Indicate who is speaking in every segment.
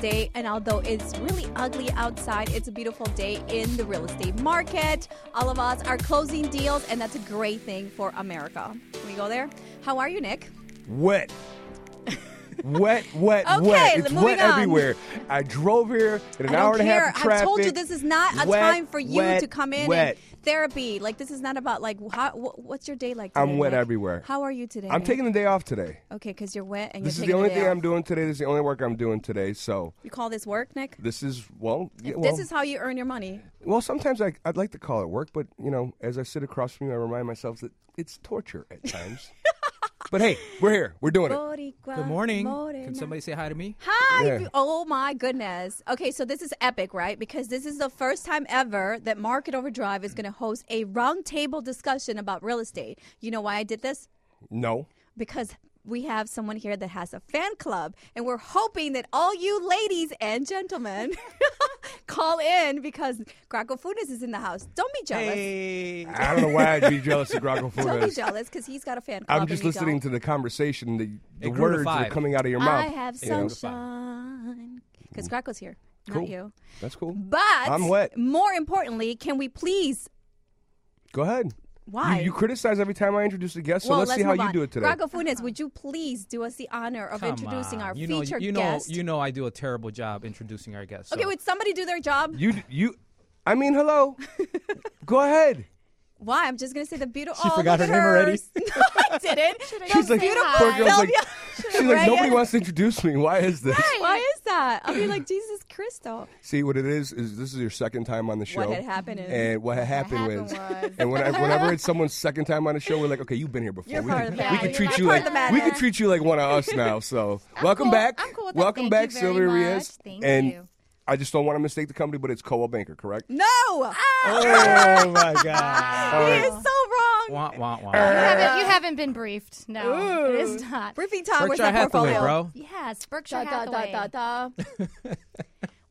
Speaker 1: day, and although it's really ugly outside, it's a beautiful day in the real estate market. All of us are closing deals, and that's a great thing for America. Can we go there? How are you, Nick?
Speaker 2: Wet. wet, wet,
Speaker 1: Okay,
Speaker 2: wet. It's
Speaker 1: moving
Speaker 2: wet
Speaker 1: on.
Speaker 2: everywhere. I drove here in an
Speaker 1: I
Speaker 2: hour
Speaker 1: don't
Speaker 2: and a
Speaker 1: care.
Speaker 2: half of traffic.
Speaker 1: I've told you this is not a
Speaker 2: Wet,
Speaker 1: time for you
Speaker 2: wet,
Speaker 1: to come in
Speaker 2: Wet.
Speaker 1: and therapy. Like this is not about like how, wh- what's your day like? Today,
Speaker 2: I'm wet
Speaker 1: Nick?
Speaker 2: everywhere.
Speaker 1: How are you today?
Speaker 2: I'm
Speaker 1: Nick?
Speaker 2: taking the day off today.
Speaker 1: Okay, because you're wet and
Speaker 2: This
Speaker 1: you're
Speaker 2: is
Speaker 1: taking
Speaker 2: the only
Speaker 1: day
Speaker 2: thing
Speaker 1: off.
Speaker 2: I'm doing today. This is the only work I'm doing today. So
Speaker 1: You call this work, Nick?
Speaker 2: this is well, yeah, well,
Speaker 1: This is how you earn your money.
Speaker 2: well. Sometimes I, I'd like to call it work, but you know, as I sit across from you, I remind myself that it's torture at times. but hey, we're here. We're doing it.
Speaker 1: Good
Speaker 3: Good morning. Can somebody say hi to me?
Speaker 1: Hi.
Speaker 2: Yeah.
Speaker 1: Oh my goodness. Okay, so this is epic, right? Because this is the first time ever that Market Overdrive is going to host a roundtable discussion about real estate. You know why I did this?
Speaker 2: No.
Speaker 1: Because we have someone here that has a fan club, and we're hoping that all you ladies and gentlemen call in because Graco Funes is in the house. Don't be jealous.
Speaker 3: Hey.
Speaker 2: I don't know why I'd be jealous of
Speaker 1: Don't
Speaker 2: Graco
Speaker 1: be
Speaker 2: Funes.
Speaker 1: jealous because he's got a fan club.
Speaker 2: I'm just
Speaker 1: and you
Speaker 2: listening
Speaker 1: don't.
Speaker 2: to the conversation, the, the
Speaker 3: It grew to
Speaker 2: words that are
Speaker 3: five.
Speaker 2: coming out of your
Speaker 1: I
Speaker 2: mouth.
Speaker 1: have
Speaker 3: Yeah.
Speaker 1: sunshine because Graco's here,
Speaker 2: Cool.
Speaker 1: not you.
Speaker 2: That's cool.
Speaker 1: But
Speaker 2: I'm wet.
Speaker 1: more importantly, can we please?
Speaker 2: Go ahead.
Speaker 1: Why?
Speaker 2: You, you criticize every time I introduce a guest, so
Speaker 1: well,
Speaker 2: let's, see how
Speaker 1: move
Speaker 2: you
Speaker 1: on.
Speaker 2: do it today.
Speaker 1: Graco Funes, would you please do us the honor of
Speaker 3: Come
Speaker 1: introducing
Speaker 3: on.
Speaker 1: our
Speaker 3: you know,
Speaker 1: featured
Speaker 3: you know,
Speaker 1: guest?
Speaker 3: You know I do a terrible job introducing our guests.
Speaker 1: okay,
Speaker 3: so-
Speaker 1: would somebody do their job?
Speaker 2: You, you, I mean, hello. Go ahead.
Speaker 1: Why? I'm just gonna say the beautiful.
Speaker 3: She
Speaker 1: oh,
Speaker 3: forgot
Speaker 1: look
Speaker 3: her
Speaker 1: at
Speaker 3: name already.
Speaker 1: No, I didn't.
Speaker 2: She's
Speaker 1: the
Speaker 2: like,
Speaker 1: beautiful
Speaker 2: poor girl's like,
Speaker 1: Sylvia.
Speaker 2: she's like, nobody
Speaker 1: Reyes.
Speaker 2: wants to introduce me. Why is this?
Speaker 1: Why is that? I'll be like, Jesus Christo.
Speaker 2: See, what it is is this is your second time on the show.
Speaker 1: had happened is-
Speaker 2: and what had happened, was, and when I, whenever it's someone's second time on the show, we're like, okay, you've been here before.
Speaker 1: You're
Speaker 2: we
Speaker 1: part
Speaker 2: can,
Speaker 1: of the
Speaker 2: we
Speaker 1: family.
Speaker 2: can treat
Speaker 1: You're
Speaker 2: you
Speaker 1: part
Speaker 2: like
Speaker 1: of the matter.
Speaker 2: we can treat you like one of us now. So welcome
Speaker 4: cool.
Speaker 2: back,
Speaker 4: I'm cool with that.
Speaker 2: welcome
Speaker 4: Thank
Speaker 2: back,
Speaker 4: you very
Speaker 2: Sylvia
Speaker 4: much.
Speaker 2: Reyes.
Speaker 4: Thank
Speaker 2: and
Speaker 4: you.
Speaker 2: I just don't want to mistake the company, but it's Coal Banker, correct?
Speaker 1: No, Ah,
Speaker 2: Oh my god!
Speaker 1: he is so wrong.
Speaker 3: Wah, wah, wah.
Speaker 4: You haven't, you haven't been briefed. No, it is not.
Speaker 1: Briefing time. Where's
Speaker 3: Berkshire
Speaker 1: that
Speaker 3: Hathaway,
Speaker 1: portfolio?
Speaker 3: bro.
Speaker 4: Yes,
Speaker 1: Da,
Speaker 4: Berkshire
Speaker 1: da, da,
Speaker 4: Hathaway.
Speaker 1: da, da.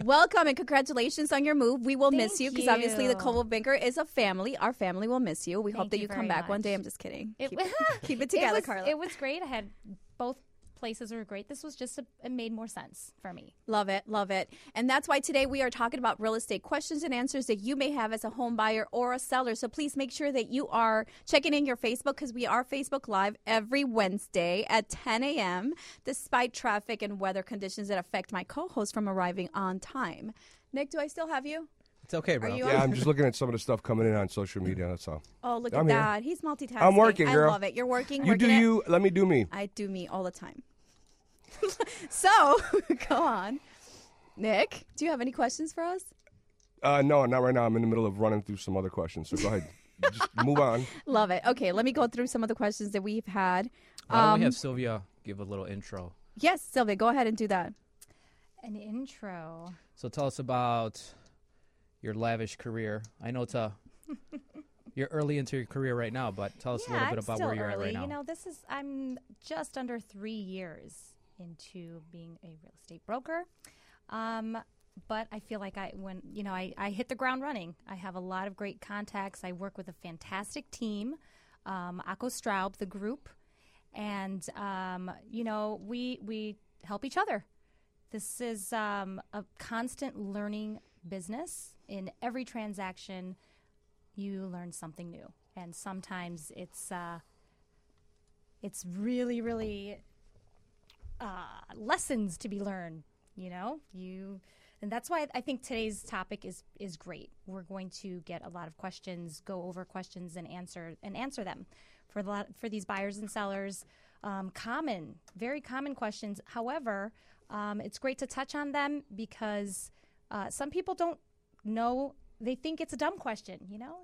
Speaker 1: Welcome and congratulations on your move. We will miss you
Speaker 4: Thank
Speaker 1: because obviously the
Speaker 4: you.
Speaker 1: Coldwell Banker is a family. Our family will miss you. We hope
Speaker 4: Thank
Speaker 1: that
Speaker 4: you
Speaker 1: you come
Speaker 4: very
Speaker 1: back one
Speaker 4: much.
Speaker 1: day. I'm just kidding.
Speaker 4: It-
Speaker 1: keep, keep it together,
Speaker 4: it was,
Speaker 1: Carla.
Speaker 4: It was great. I had both places were great. This was just a, it made more sense for me.
Speaker 1: Love it, love it. And that's why today we are talking about real estate questions and answers that you may have as a home buyer or a seller. So please make sure that you are checking in your Facebook because we are Facebook Live every Wednesday at 10 a.m., despite traffic and weather conditions that affect my co host from arriving on time. Nick, do I still have you?
Speaker 3: It's okay, bro.
Speaker 1: Are you on?
Speaker 2: Yeah, I'm just looking at some of the stuff coming in on social media. That's all.
Speaker 1: Oh, look
Speaker 2: I'm
Speaker 1: at
Speaker 2: here.
Speaker 1: that. He's multitasking.
Speaker 2: I'm working, girl.
Speaker 1: I love it. You're working.
Speaker 2: You do
Speaker 1: working it.
Speaker 2: you. Let me do me.
Speaker 1: I do me all the time. so, go on. Nick, do you have any questions for us?
Speaker 2: Uh, no, not right now. I'm in the middle of running through some other questions. So go ahead. Just move on.
Speaker 1: Love it. Okay, let me go through some of the questions that we've had.
Speaker 3: Why don't
Speaker 1: Um,
Speaker 3: we have Sylvia give a little intro?
Speaker 1: yes, Sylvia, go ahead and do that.
Speaker 4: An intro.
Speaker 3: So tell us about your lavish career. I know it's a you're early into your career right now, but tell us a little
Speaker 4: I'm
Speaker 3: bit about
Speaker 4: still
Speaker 3: where you're
Speaker 4: early.
Speaker 3: at right now.
Speaker 4: You know, this is I'm just under three years into being a real estate broker. Um, but I feel like I when you know I, I hit the ground running. I have a lot of great contacts. I work with a fantastic team, um, Akko Straub, the group, and um, you know we we help each other. This is um, a constant learning business. In every transaction, you learn something new, and sometimes it's uh, it's really really uh, lessons to be learned. You know, you and that's why I think today's topic is is great. We're going to get a lot of questions, go over questions, and answer and answer them for the lot, for these buyers and sellers. Um, common, very common questions. However, um, it's great to touch on them because uh, some people don't know. They think it's a dumb question. You know,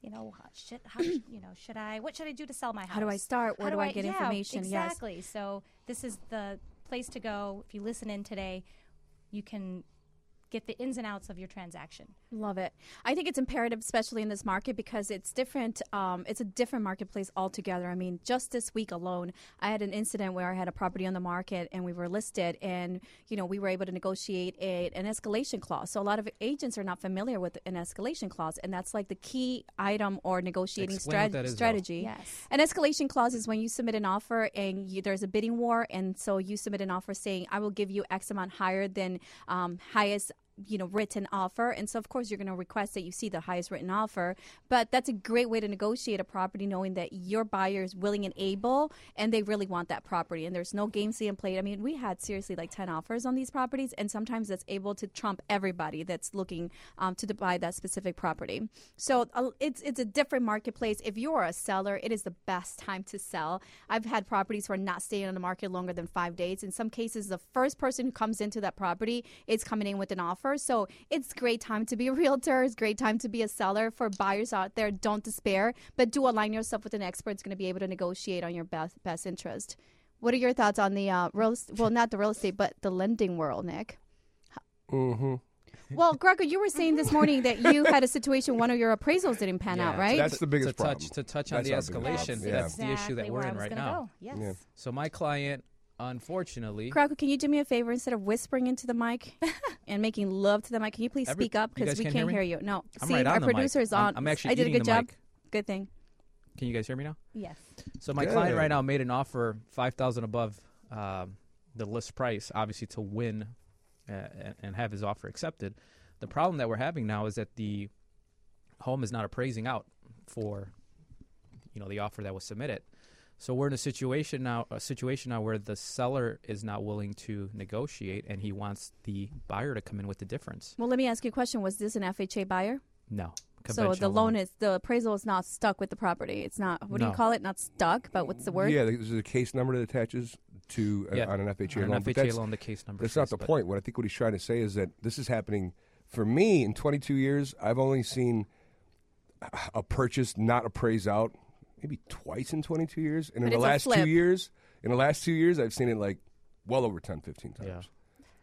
Speaker 4: you know, how should how sh- you know should I? What should I do to sell my house?
Speaker 1: How do I start? Where
Speaker 4: How
Speaker 1: do I get
Speaker 4: yeah,
Speaker 1: information? Yes.
Speaker 4: Exactly. So this is the place to go. If you listen in today, you can get the ins and outs of your transaction.
Speaker 1: Love it. I think it's imperative, especially in this market, because it's different. Um, it's a different marketplace altogether. I mean, just this week alone, I had an incident where I had a property on the market and we were listed, and you know we were able to negotiate a, an escalation clause. So a lot of agents are not familiar with an escalation clause, and that's like the key item or negotiating
Speaker 3: Explain what
Speaker 1: strat-
Speaker 3: that is, though.
Speaker 1: strategy.
Speaker 4: Yes.
Speaker 1: An escalation clause is when you submit an offer and you, there's a bidding war, and so you submit an offer saying, "I will give you X amount higher than um, highest." You know, written offer, and so of course you're going to request that you see the highest written offer. But that's a great way to negotiate a property, knowing that your buyer is willing and able, and they really want that property. And there's no games being played. I mean, we had seriously like ten offers on these properties, and sometimes that's able to trump everybody that's looking um, to buy that specific property. So uh, it's it's a different marketplace. If you are a seller, it is the best time to sell. I've had properties who are not staying on the market longer than five days. In some cases, the first person who comes into that property is coming in with an offer. So it's great time to be a realtor. It's great time to be a seller for buyers out there. Don't despair, but do align yourself with an expert who's going to be able to negotiate on your best best interest. What are your thoughts on the uh, real? est- Well, not the real estate, but the lending world, Nick.
Speaker 2: Mm-hmm.
Speaker 1: Well, Gregor, you were saying this morning that you had a situation one of your appraisals didn't pan out,
Speaker 3: Yeah.
Speaker 1: right?
Speaker 2: That's the biggest
Speaker 3: to touch,
Speaker 2: problem.
Speaker 3: To touch on
Speaker 2: That's
Speaker 3: the
Speaker 2: our biggest
Speaker 3: escalation,
Speaker 2: problem.
Speaker 3: that's
Speaker 4: exactly
Speaker 3: the issue that we're
Speaker 4: where I
Speaker 3: in
Speaker 4: was
Speaker 3: right
Speaker 4: gonna
Speaker 3: now.
Speaker 4: Go. Yes.
Speaker 2: Yeah.
Speaker 3: So my client, unfortunately,
Speaker 1: Krakow, can you do me a favor instead of whispering into the mic and making love to the mic? Can you please
Speaker 3: Every-
Speaker 1: speak up
Speaker 3: you
Speaker 1: because
Speaker 3: guys
Speaker 1: we
Speaker 3: can't
Speaker 1: can't,
Speaker 3: hear
Speaker 1: hear,
Speaker 3: me?
Speaker 1: you? No,
Speaker 3: I'm
Speaker 1: see,
Speaker 3: right
Speaker 1: our
Speaker 3: on the mic.
Speaker 1: producer is
Speaker 3: I'm-
Speaker 1: on.
Speaker 3: I'm actually
Speaker 1: I did a
Speaker 3: eating
Speaker 1: good
Speaker 3: the
Speaker 1: job.
Speaker 3: mic.
Speaker 1: Good thing.
Speaker 3: can you guys hear me now?
Speaker 4: Yes.
Speaker 3: So my
Speaker 2: Good.
Speaker 3: client right now made an offer five thousand above um, the list price, obviously to win uh, and- and have his offer accepted. The problem that we're having now is that the home is not appraising out for you know the offer that was submitted. So we're in a situation now, a situation now where the seller is not willing to negotiate, and he wants the buyer to come in with the difference.
Speaker 1: Well, let me ask you a question. Was this an FHA buyer? So
Speaker 3: No,
Speaker 1: the
Speaker 3: Conventional
Speaker 1: loan is the appraisal is not stuck with the property. It's not. What do
Speaker 3: No.
Speaker 1: you call it? Not stuck, but what's the word?
Speaker 2: Yeah, there's a case number that attaches to uh,
Speaker 3: Yeah,
Speaker 2: on an FHA
Speaker 3: on
Speaker 2: loan.
Speaker 3: an
Speaker 2: but
Speaker 3: FHA
Speaker 2: that's,
Speaker 3: loan, the case number.
Speaker 2: That's not
Speaker 3: says,
Speaker 2: the
Speaker 3: but-
Speaker 2: point. What I think what he's trying to say is that this is happening for me in 22 years. I've only seen a purchase not appraise out maybe twice in 22 years, and
Speaker 1: But
Speaker 2: in the
Speaker 1: it's a
Speaker 2: last two
Speaker 1: flip.
Speaker 2: years, in the last two years, I've seen it like well over 10, 15 times.
Speaker 3: Yeah.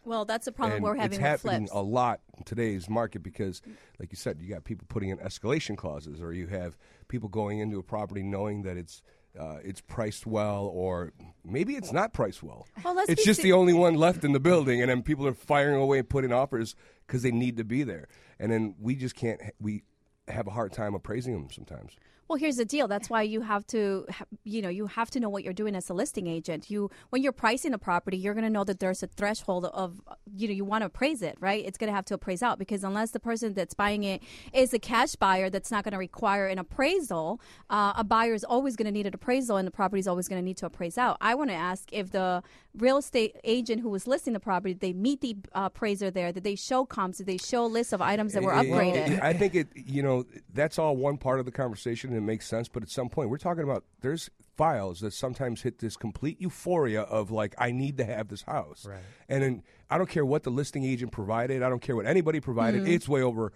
Speaker 1: Well, that's the problem
Speaker 2: and
Speaker 1: we're having
Speaker 2: it's
Speaker 1: with
Speaker 2: happening
Speaker 1: flips.
Speaker 2: a lot in today's market because, like you said, you got people putting in escalation clauses, or you have people going into a property knowing that it's uh, it's priced well, or maybe it's not priced well.
Speaker 1: Well, let's
Speaker 2: it's
Speaker 1: be
Speaker 2: just
Speaker 1: se-
Speaker 2: the only one left in the building, and then people are firing away and putting offers because they need to be there, and then we just can't. We have a hard time appraising them sometimes.
Speaker 1: Well, here's the deal. That's why you have to, ha- you know, you have to know what you're doing as a listing agent. You, when you're pricing a property, you're going to know that there's a threshold of, you know, you want to appraise it, right? It's going to have to appraise out because unless the person that's buying it is a cash buyer, that's not going to require an appraisal. Uh, a buyer is always going to need an appraisal, and the property is always going to need to appraise out. I want to ask if the real estate agent who was listing the property, they meet the uh, appraiser there, that they show comps, that they show lists of items that were
Speaker 2: It- it-
Speaker 1: upgraded.
Speaker 2: it- I think it. You know, that's all one part of the conversation. And it makes sense, but at some point, we're talking about there's files that sometimes hit this complete euphoria of like, I need to have this house, right. and then I don't care what the listing agent provided, I don't care what anybody provided,
Speaker 1: Mm-hmm.
Speaker 2: it's way over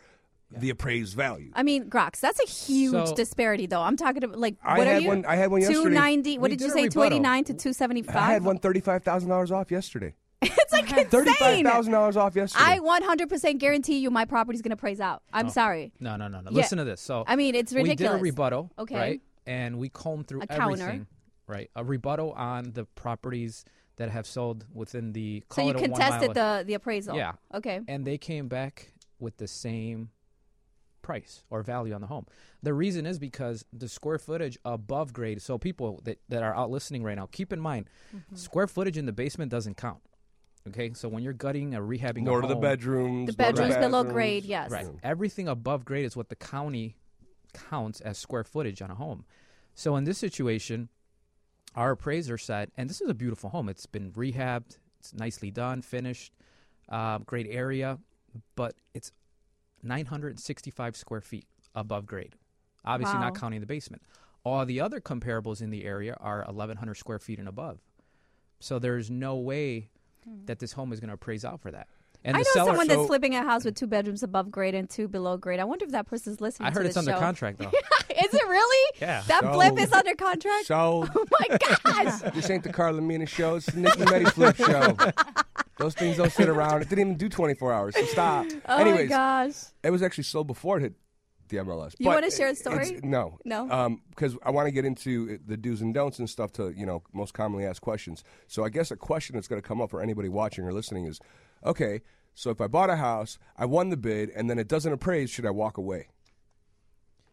Speaker 2: the appraised value.
Speaker 1: I mean, Grox, that's a huge
Speaker 3: So-
Speaker 1: disparity, though. I'm talking about like
Speaker 2: I
Speaker 1: what are
Speaker 2: had
Speaker 1: you?
Speaker 2: one- I had one yesterday.
Speaker 1: Two ninety. What
Speaker 3: We
Speaker 1: did you
Speaker 3: did a
Speaker 1: say? Two
Speaker 3: rebuttal.
Speaker 1: eighty nine to two seventy five.
Speaker 2: I had one thirty-five thousand dollars off yesterday.
Speaker 1: it's like insane.
Speaker 2: Thirty-five thousand dollars off yesterday.
Speaker 1: I one hundred percent guarantee you, my property's gonna praise out.
Speaker 3: Oh.
Speaker 1: I'm sorry.
Speaker 3: No, no, no, no.
Speaker 1: Yeah.
Speaker 3: Listen to this. So
Speaker 1: I mean, it's
Speaker 3: We did
Speaker 1: ridiculous.
Speaker 3: a rebuttal,
Speaker 1: Okay.
Speaker 3: right? And we combed through
Speaker 1: A counter.
Speaker 3: everything, right? A rebuttal on the properties that have sold within the
Speaker 1: So
Speaker 3: call
Speaker 1: you
Speaker 3: it a one mile
Speaker 1: contested
Speaker 3: of-
Speaker 1: the the appraisal.
Speaker 3: Yeah.
Speaker 1: Okay.
Speaker 3: and they came back with the same price or value on the home. The reason is because the square footage above grade. So people that, that are out listening right now, keep in mind,
Speaker 1: Mm-hmm.
Speaker 3: square footage in the basement doesn't count. Okay, so when you're gutting a rehabbing,
Speaker 2: nor
Speaker 3: a
Speaker 2: to the
Speaker 3: home-
Speaker 2: bedrooms.
Speaker 1: The
Speaker 2: nor to
Speaker 1: bedrooms below
Speaker 2: bathrooms.
Speaker 1: grade. Yes.
Speaker 3: Right. Everything above grade is what the county counts as square footage on a home. So in this situation, our appraiser said, and this is a beautiful home. It's been rehabbed. It's nicely done, finished, uh, great area, but it's 965 square feet above grade. Obviously, not
Speaker 1: Wow.
Speaker 3: counting the basement. All the other comparables in the area are 1,100 square feet and above. So there's no way that this home is going to appraise out for that. And
Speaker 1: Hmm. I know
Speaker 3: the seller,
Speaker 1: someone
Speaker 2: so-
Speaker 1: that's flipping a house with two bedrooms above grade and two below grade. I wonder if that person's listening.
Speaker 3: I heard
Speaker 1: to
Speaker 3: it's
Speaker 1: this
Speaker 3: under
Speaker 1: show.
Speaker 3: contract though.
Speaker 1: is it really?
Speaker 3: Yeah.
Speaker 1: That
Speaker 2: So-
Speaker 1: flip is under contract.
Speaker 2: So
Speaker 1: oh my gosh.
Speaker 2: this ain't the Carla Mina show. It's the Nicki Meddy Flip show. Those things don't sit around. It didn't even do 24 hours. So stop.
Speaker 1: Oh
Speaker 2: Anyways,
Speaker 1: my gosh.
Speaker 2: it was actually slow before it hit the MLS.
Speaker 1: You
Speaker 2: but
Speaker 1: wanna share a
Speaker 2: it- it's-
Speaker 1: story?
Speaker 2: No,
Speaker 1: No?
Speaker 2: because I want to get into the do's and don'ts and stuff to you know most commonly asked questions. So I guess a question that's going to come up for anybody watching or listening is, okay, so if I bought a house, I won the bid, and then it doesn't appraise, should I walk away?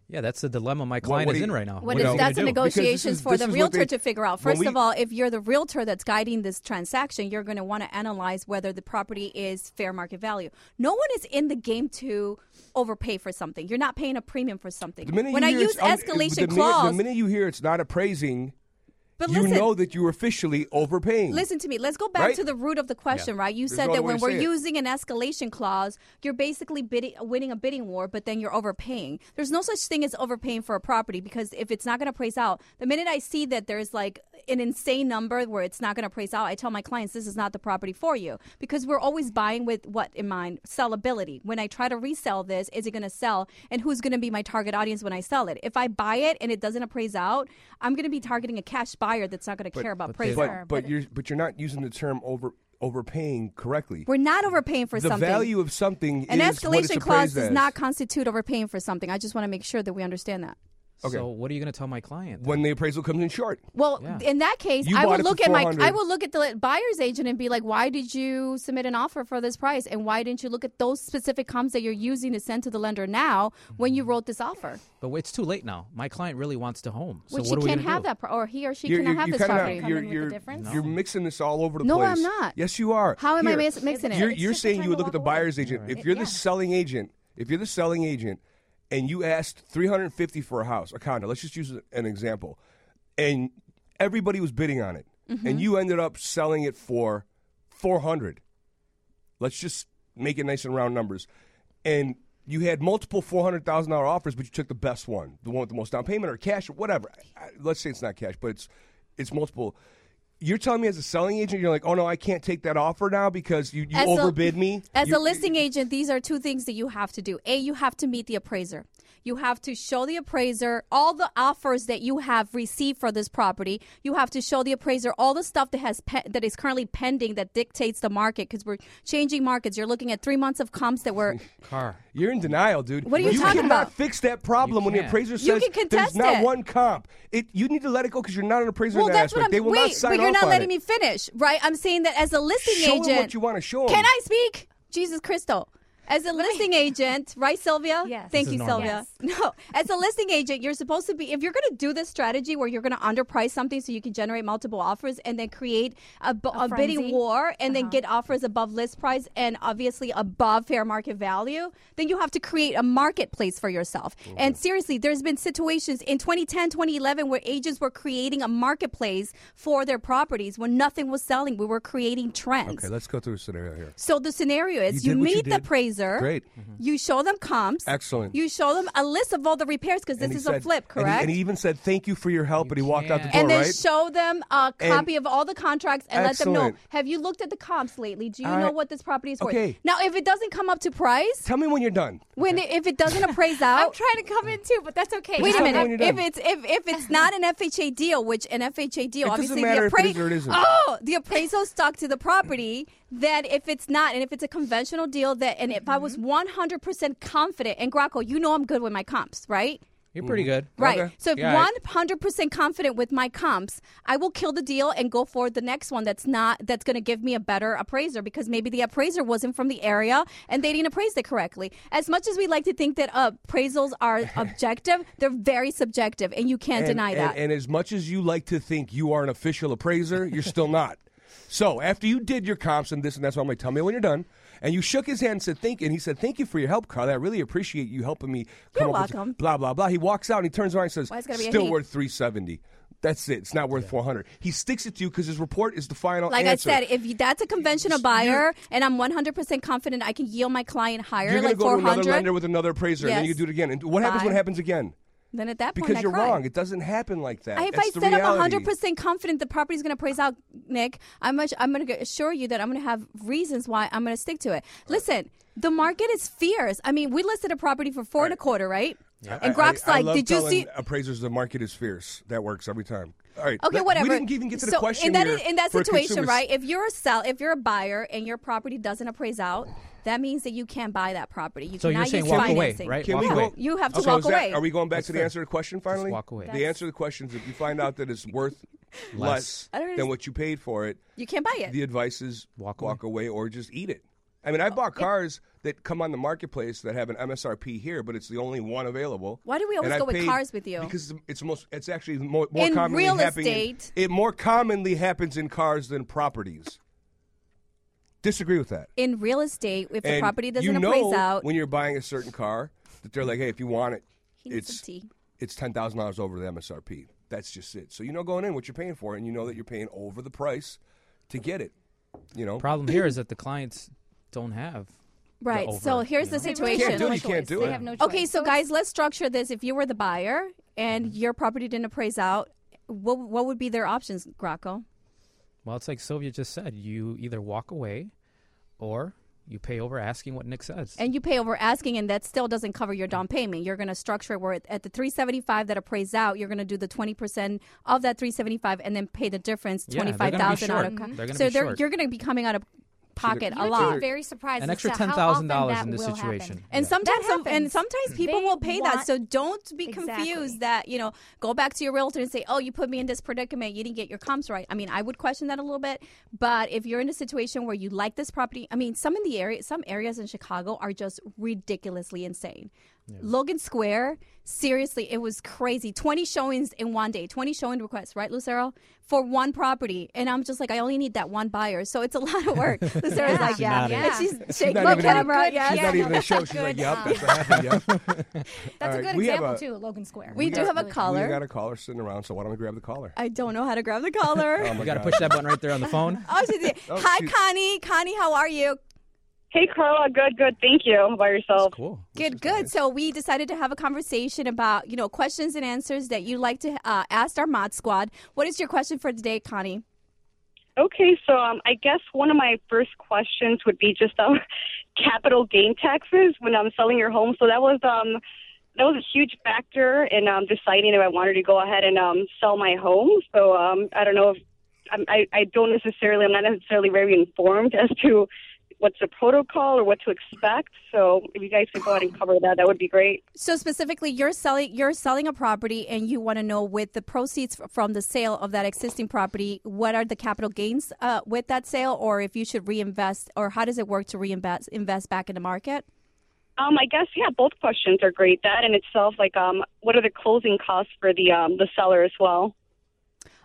Speaker 3: Yeah, that's the dilemma my
Speaker 2: Well, Uh,
Speaker 3: client
Speaker 2: what do
Speaker 3: is in
Speaker 2: you-
Speaker 3: right now.
Speaker 1: What
Speaker 2: Well,
Speaker 1: is
Speaker 2: no.
Speaker 1: that's a
Speaker 3: a
Speaker 2: Because this is-
Speaker 1: negotiations for
Speaker 2: this
Speaker 1: the
Speaker 2: is what
Speaker 1: realtor
Speaker 2: they-
Speaker 1: to figure out.
Speaker 2: when
Speaker 1: First
Speaker 2: we-
Speaker 1: of all, if you're the realtor that's guiding this transaction, you're going to want to analyze whether the property is fair market value. No one is in the game to overpay for something. You're not paying a premium for something.
Speaker 2: The minute
Speaker 1: when
Speaker 2: you
Speaker 1: I
Speaker 2: hear
Speaker 1: use
Speaker 2: it's un-
Speaker 1: escalation
Speaker 2: the minute,
Speaker 1: clause,
Speaker 2: the minute you hear it's not appraising,
Speaker 1: but
Speaker 2: you
Speaker 1: listen,
Speaker 2: know that you are officially overpaying.
Speaker 1: Listen to me. Let's go back
Speaker 2: Right?
Speaker 1: to the root of the question, right? You
Speaker 2: There's
Speaker 1: said
Speaker 2: no
Speaker 1: that
Speaker 2: other way
Speaker 1: when
Speaker 2: to
Speaker 1: we're
Speaker 2: say it.
Speaker 1: using an escalation clause, you're basically bidding, winning a bidding war, but then you're overpaying. There's no such thing as overpaying for a property because if it's not going to price out, the minute I see that there's like an insane number where it's not going to price out, I tell my clients this is not the property for you because we're always buying with what in mind? Sellability. When I try to resell this, is it going to sell? And who's going to be my target audience when I sell it? If I buy it and it doesn't appraise out, I'm going to be targeting a cash buyer that's not going to care about
Speaker 3: but
Speaker 1: price
Speaker 3: they-
Speaker 2: but
Speaker 1: out.
Speaker 4: Sure,
Speaker 2: but
Speaker 4: but-
Speaker 2: you're but you're not using the term over overpaying correctly.
Speaker 1: We're not overpaying for
Speaker 2: the
Speaker 1: something.
Speaker 2: value of something
Speaker 1: An
Speaker 2: is what it's
Speaker 1: escalation clause
Speaker 2: appraised
Speaker 1: does
Speaker 2: as.
Speaker 1: not constitute overpaying for something. I just want to make sure that we understand that.
Speaker 2: Okay.
Speaker 3: So what are you going to tell my client?
Speaker 2: when the appraisal comes in short.
Speaker 1: Well,
Speaker 3: Yeah.
Speaker 1: in that case,
Speaker 2: You
Speaker 1: I
Speaker 2: bought
Speaker 1: will
Speaker 2: it for
Speaker 1: look at my
Speaker 2: 400.
Speaker 1: I will look at the buyer's agent and be like, "Why did you submit an offer for this price? And why didn't you look at those specific comps that you're using to send to the lender now when
Speaker 2: Hmm.
Speaker 1: you wrote this offer?"
Speaker 3: But it's too late now. My client really wants the home. So
Speaker 1: Which
Speaker 3: what
Speaker 1: she
Speaker 3: are
Speaker 1: can't
Speaker 3: we going to do?
Speaker 1: have that, pro- or he or she
Speaker 2: You're-
Speaker 1: cannot
Speaker 2: you're-
Speaker 1: have
Speaker 2: you're
Speaker 1: this
Speaker 2: kinda-
Speaker 1: property.
Speaker 4: Come
Speaker 2: You're,
Speaker 4: in with the
Speaker 2: you're-
Speaker 4: difference?
Speaker 2: you're mixing this all over the
Speaker 1: No,
Speaker 2: place.
Speaker 1: I'm not.
Speaker 2: Yes, you are.
Speaker 1: How am I
Speaker 2: Here,
Speaker 1: mis- mixing it?
Speaker 2: You're,
Speaker 1: It's
Speaker 2: you're
Speaker 4: just a
Speaker 2: saying
Speaker 4: time
Speaker 2: you
Speaker 4: to
Speaker 2: would look at the
Speaker 4: walk away.
Speaker 2: buyer's agent. If you're
Speaker 4: Yeah.
Speaker 2: the selling agent, if you're the selling agent, and you asked 350 for a house, a condo. Let's just use an example, and everybody was bidding on it,
Speaker 1: Mm-hmm.
Speaker 2: and you ended up selling it for 400. Let's just make it nice and round numbers, and. You had multiple four hundred thousand dollar offers, but you took the best one, the one with the most down payment or cash or whatever. I- I- Let's say it's not cash, but it's it's multiple. You're telling me as a selling agent, you're like, oh no, I can't take that offer now because you, you
Speaker 1: As a-
Speaker 2: overbid me.
Speaker 1: As
Speaker 2: You-
Speaker 1: a listing agent, these are two things that you have to do. A, you have to meet the appraiser. You have to show the appraiser all the offers that you have received for this property. You have to show the appraiser all the stuff that has pe- that is currently pending that dictates the market because we're changing markets. You're looking at three months of comps that were.
Speaker 3: Car.
Speaker 2: You're in denial, dude.
Speaker 1: What are you talking
Speaker 2: cannot
Speaker 1: about?
Speaker 2: fix that problem
Speaker 3: You
Speaker 2: when the
Speaker 3: can't.
Speaker 2: appraiser says
Speaker 1: You can contest
Speaker 2: there's not
Speaker 1: it.
Speaker 2: one comp. It you need to let it go because you're not an appraiser
Speaker 1: well,
Speaker 2: in that
Speaker 1: that's
Speaker 2: aspect.
Speaker 1: what I'm.
Speaker 2: they will
Speaker 1: wait,
Speaker 2: not sign
Speaker 1: but you're
Speaker 2: off
Speaker 1: not
Speaker 2: on
Speaker 1: letting
Speaker 2: it.
Speaker 1: me finish, right? I'm saying that as a listing
Speaker 2: Show 'em
Speaker 1: agent,
Speaker 2: what you want to show 'em.
Speaker 1: Can I speak? Jesus Christo. As a listing agent, right, Sylvia?
Speaker 4: Yes.
Speaker 1: Thank
Speaker 3: This
Speaker 1: you,
Speaker 3: is normal.
Speaker 1: Sylvia. No, as a listing agent, you're supposed to be, if you're going to do this strategy where you're going to underprice something so you can generate multiple offers and then create a, bu- a, bidding
Speaker 4: frenzy?
Speaker 1: war and
Speaker 2: Uh-huh.
Speaker 1: then get offers above list price and obviously above fair market value, then you have to create a marketplace for yourself.
Speaker 2: Mm-hmm.
Speaker 1: And seriously, there's been situations in 2010, 2011 where agents were creating a marketplace for their properties when nothing was selling. We were creating trends.
Speaker 2: Okay, let's go through a scenario here.
Speaker 1: So the scenario is
Speaker 2: You
Speaker 1: you,
Speaker 2: did what you
Speaker 1: meet the
Speaker 2: did.
Speaker 1: appraiser.
Speaker 2: Great.
Speaker 1: You show them comps.
Speaker 2: Excellent.
Speaker 1: You show them a list of all the repairs because this
Speaker 2: And he
Speaker 1: is a
Speaker 2: said-
Speaker 1: flip,
Speaker 2: And he,
Speaker 1: correct?
Speaker 2: and he even said thank you for your help, but he walked out the
Speaker 3: can't.
Speaker 1: And
Speaker 2: door,
Speaker 1: then
Speaker 2: right?
Speaker 1: show them a copy of all the contracts and let them know.
Speaker 2: Excellent.
Speaker 1: Have you looked at the comps lately? Do you
Speaker 2: All
Speaker 1: know
Speaker 2: right.
Speaker 1: what this property is worth?
Speaker 2: Okay.
Speaker 1: Now, if it doesn't come up to price,
Speaker 2: Tell me when you're done.
Speaker 1: when it, if it doesn't appraise
Speaker 4: I'm
Speaker 1: out,
Speaker 4: trying to come in too, but that's okay.
Speaker 1: wait a
Speaker 2: tell me when you're
Speaker 1: minute. If
Speaker 2: done.
Speaker 1: it's if, if it's not an FHA deal, which an FHA deal,
Speaker 2: It doesn't
Speaker 1: obviously
Speaker 2: matter
Speaker 1: the
Speaker 2: if it
Speaker 1: appraisal
Speaker 2: is or it isn't.
Speaker 1: Oh, the appraisal stuck to the property. Then if it's not, and if it's a conventional deal, that and if I was
Speaker 2: Mm-hmm.
Speaker 1: one hundred percent confident, and Graco, you know I'm good with my comps, right?
Speaker 3: You're
Speaker 2: Mm-hmm.
Speaker 3: pretty good.
Speaker 1: Right.
Speaker 2: Okay.
Speaker 1: So if
Speaker 3: Yeah,
Speaker 1: one
Speaker 3: I-
Speaker 1: hundred percent confident with my comps, I will kill the deal and go for the next one that's not that's going to give me a better appraiser because maybe the appraiser wasn't from the area and they didn't appraise it correctly. As much as we like to think that appraisals are objective, they're very subjective, and you can't
Speaker 2: and,
Speaker 1: deny
Speaker 2: and-
Speaker 1: that.
Speaker 2: And as much as you like to think you are an official appraiser, you're still not. So after you did your comps and this and that's why I'm like, tell me when you're done. And you shook his hand and said, thank you. And he said, thank you for your help, Carl. I really appreciate you helping me come
Speaker 1: You're
Speaker 2: up with-
Speaker 1: welcome.
Speaker 2: blah, blah, blah. He walks out and he turns around and says,
Speaker 1: Why it's gotta be a
Speaker 2: still
Speaker 1: he.
Speaker 2: worth 370 That's it. It's not worth 400 He sticks it to you because his report is the final
Speaker 1: like
Speaker 2: answer.
Speaker 1: I said, if you, that's a conventional buyer, and I'm 100% confident I can yield my client higher,
Speaker 2: you're going
Speaker 1: like
Speaker 2: to go to another
Speaker 1: 400,
Speaker 2: lender with another appraiser, and then
Speaker 1: Yes.
Speaker 2: you do it again. And what happens when
Speaker 1: Fine.
Speaker 2: it happens again?
Speaker 1: then at that point
Speaker 2: Because
Speaker 1: I
Speaker 2: you're
Speaker 1: cry.
Speaker 2: wrong. It doesn't happen like that.
Speaker 1: I- if
Speaker 2: That's
Speaker 1: I
Speaker 2: the
Speaker 1: said I'm
Speaker 2: reality.
Speaker 1: 100 percent confident the property's going to praise out, Nick, I'm much, I'm going to assure you that I'm going to have reasons why I'm going to stick to it. Listen, the market is fierce. I mean, we listed a property for four and a quarter, right? And Grok's
Speaker 2: I, I
Speaker 1: like,
Speaker 2: love
Speaker 1: "Did you
Speaker 2: telling
Speaker 1: see?"
Speaker 2: Appraisers, the market is fierce. That works every time. All right.
Speaker 1: Okay,
Speaker 2: let-
Speaker 1: whatever.
Speaker 2: We didn't even get to the
Speaker 1: so
Speaker 2: question.
Speaker 1: in that
Speaker 2: here
Speaker 1: in that
Speaker 2: for
Speaker 1: situation,
Speaker 2: consumers.
Speaker 1: right? If you're a sell, if you're a buyer and your property doesn't appraise out, that means that you can't buy that property. You
Speaker 3: So you're
Speaker 1: cannot
Speaker 3: saying
Speaker 1: use
Speaker 3: walk away,
Speaker 1: financing.
Speaker 3: right?
Speaker 2: Can
Speaker 3: walk
Speaker 2: we
Speaker 3: away.
Speaker 2: go?
Speaker 1: You have to
Speaker 2: So
Speaker 1: walk
Speaker 2: is that-
Speaker 1: away.
Speaker 2: are we going back to the
Speaker 3: fair.
Speaker 2: answer to the question finally?
Speaker 3: walk away.
Speaker 2: The answer to the question is if you find out that it's worth less
Speaker 3: Less.
Speaker 1: I don't
Speaker 2: than what you paid for it,
Speaker 1: You can't buy it. Oh,
Speaker 2: the advice is
Speaker 3: Walk
Speaker 2: walk, away. or just eat it. I mean, I bought cars that come on the marketplace that have an MSRP here, but it's the only one available.
Speaker 1: Why do we
Speaker 2: And
Speaker 1: always
Speaker 2: I
Speaker 1: go with
Speaker 2: paid-
Speaker 1: cars with you?
Speaker 2: Because it's most. It's actually more, more
Speaker 1: In
Speaker 2: commonly
Speaker 1: real
Speaker 2: happening.
Speaker 1: estate-
Speaker 2: It more commonly happens in cars than properties. Disagree with that.
Speaker 1: in real estate, if the
Speaker 2: And
Speaker 1: property doesn't
Speaker 2: you know
Speaker 1: appraise out,
Speaker 2: when you're buying a certain car that they're like, hey, if you want it,
Speaker 1: he needs
Speaker 2: it's
Speaker 1: some tea.
Speaker 2: it's ten thousand dollars over the MSRP. That's just it. So you know going in what you're paying for, and you know that you're paying over the price to get it. You know,
Speaker 3: Problem here is that the clients don't have.
Speaker 1: Right.
Speaker 3: over,
Speaker 1: so here's the
Speaker 3: you know?
Speaker 4: They really
Speaker 1: situation.
Speaker 2: Can't
Speaker 4: have
Speaker 2: do it,
Speaker 4: no
Speaker 2: you can't
Speaker 4: choice.
Speaker 2: do
Speaker 4: They
Speaker 2: it.
Speaker 4: have no choice.
Speaker 1: Okay, so,
Speaker 4: it's-
Speaker 1: guys, let's structure this. If you were the buyer
Speaker 3: Mm-hmm.
Speaker 1: and your property didn't appraise out, what what would be their options, Graco?
Speaker 3: Well, it's like Sylvia just said. You either walk away, or you pay over asking what Nick says.
Speaker 1: And you pay over asking, and that still doesn't cover your down payment. You're going to structure it where at- at the 375 that appraised out, you're going to do the 20 percent of that 375, and then pay the difference
Speaker 3: Yeah, they're gonna be
Speaker 1: 25,000 out of.
Speaker 3: short. They're gonna
Speaker 1: so
Speaker 3: be
Speaker 1: they're-
Speaker 3: short.
Speaker 1: you're going to be coming out of pocket
Speaker 4: you
Speaker 1: a
Speaker 4: would
Speaker 1: lot.
Speaker 4: be very surprised.
Speaker 3: An
Speaker 4: as
Speaker 3: extra
Speaker 4: to how
Speaker 3: ten thousand
Speaker 4: often
Speaker 3: dollars
Speaker 4: that
Speaker 3: in this
Speaker 4: will
Speaker 3: situation.
Speaker 4: happen.
Speaker 1: And
Speaker 3: Yeah.
Speaker 1: sometimes,
Speaker 4: That
Speaker 1: some, and
Speaker 4: happens.
Speaker 1: sometimes people
Speaker 4: They
Speaker 1: will pay that.
Speaker 4: want-
Speaker 1: So don't be confused
Speaker 4: Exactly.
Speaker 1: that you know go back to your realtor and say, "Oh, you put me in this predicament. You didn't get your comps right." I mean, I would question that a little bit. But if you're in a situation where you like this property, I mean, some in the area, some areas in Chicago are just ridiculously insane. Logan Square, seriously, it was crazy. Twenty showings in one day, twenty showing requests, right, Lucero, for one property, and I'm just like, I only need that one buyer, so it's a lot of work. Lucero's like, yeah,
Speaker 4: nodding.
Speaker 1: and she's shaking the
Speaker 2: not even in-
Speaker 1: camera.
Speaker 4: Good,
Speaker 1: yeah.
Speaker 2: she's
Speaker 4: yeah.
Speaker 2: not
Speaker 4: no,
Speaker 2: even a
Speaker 4: that's
Speaker 2: show.
Speaker 4: a
Speaker 2: She's like,
Speaker 4: good,
Speaker 2: yep,
Speaker 4: um,
Speaker 2: that's what happened. Yep.
Speaker 4: That's
Speaker 2: All
Speaker 4: a
Speaker 2: right,
Speaker 4: good
Speaker 2: we have
Speaker 4: example
Speaker 2: a-
Speaker 4: too. Logan Square.
Speaker 1: We do
Speaker 2: got-
Speaker 1: have a
Speaker 4: really-
Speaker 1: caller.
Speaker 2: We got a caller sitting around, so why don't we grab the caller? Oh
Speaker 1: I don't know how to grab the collar.
Speaker 2: my
Speaker 3: you got to
Speaker 2: God.
Speaker 3: push that button right there on the phone.
Speaker 1: oh, she's Hi,
Speaker 2: shoot.
Speaker 1: Connie. Connie, how are you?
Speaker 5: Hey, Carla. Good, good. Thank you. How about yourself?
Speaker 3: Cool.
Speaker 1: Good, good. So we decided to have a conversation about you know questions and answers that you like to uh, ask our mod squad. What is your question for today, Connie?
Speaker 5: Okay, so um, I guess one of my first questions would be just um, capital gain taxes when I'm selling your home. So that was um, that was a huge factor in um, deciding if I wanted to go ahead and um, sell my home. So um, I don't know if I'm, I I don't necessarily I'm not necessarily very informed as to what's the protocol or what to expect. So if you guys could go ahead and cover that, that would be great.
Speaker 1: So specifically, you're selling you're selling a property, and you want to know with the proceeds f- from the sale of that existing property, what are the capital gains uh, with that sale, or if you should reinvest, or how does it work to reinvest invest back in the market?
Speaker 5: Um, I guess yeah, both questions are great. That in itself, like um, what are the closing costs for the um, the seller as well?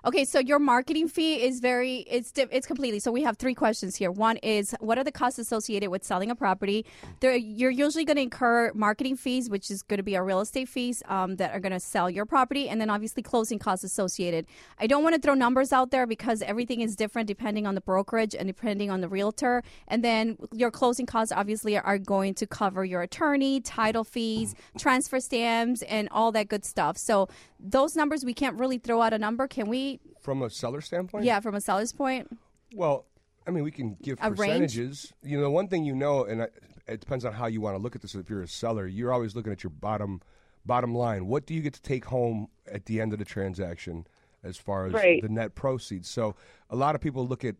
Speaker 1: Okay, so your marketing fee is very it's di- it's completely. So we have three questions here. One is what are the costs associated with selling a property? There, you're usually going to incur marketing fees, which is going to be our real estate fees um, that are going to sell your property, and then obviously closing costs associated. I don't want to throw numbers out there because everything is different depending on the brokerage and depending on the realtor. And then your closing costs obviously are going to cover your attorney, title fees, transfer stamps, and all that good stuff. So those numbers we can't really throw out a number, can we?
Speaker 2: From a seller standpoint,
Speaker 1: Yeah, from a seller's point.
Speaker 2: Well, I mean, we can give
Speaker 1: A range?
Speaker 2: percentages. You know, one thing you know, and I, it depends on how you want to look at this. If you're a seller, you're always looking at your bottom bottom line. What do you get to take home at the end of the transaction, as far as
Speaker 5: Right.
Speaker 2: the net proceeds? So, a lot of people look at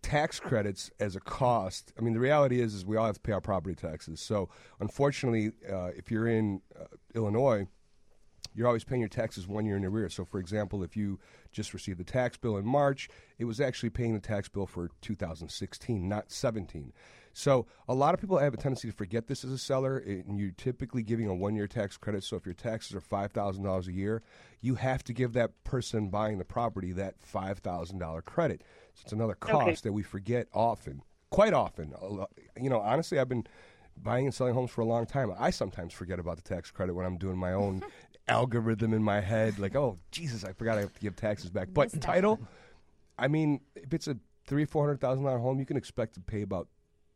Speaker 2: tax credits as a cost. I mean, the reality is, is we all have to pay our property taxes. So, unfortunately, uh, if you're in uh, Illinois you're always paying your taxes one year in arrear. So, for example, if you just received the tax bill in March, it was actually paying the tax bill for 2016, not 17. So, a lot of people have a tendency to forget this as a seller, and you're typically giving a one year tax credit. So, if your taxes are $5,000 a year, you have to give that person buying the property that $5,000 credit. So, it's another cost that we forget often, quite often. A lo- You know, honestly, I've been buying and selling homes for a long time. I sometimes forget about the tax credit when I'm doing my own algorithm in my head. Like, oh Jesus, I forgot I have to give taxes back. But title, I mean, if it's a three four hundred thousand dollar home, you can expect to pay about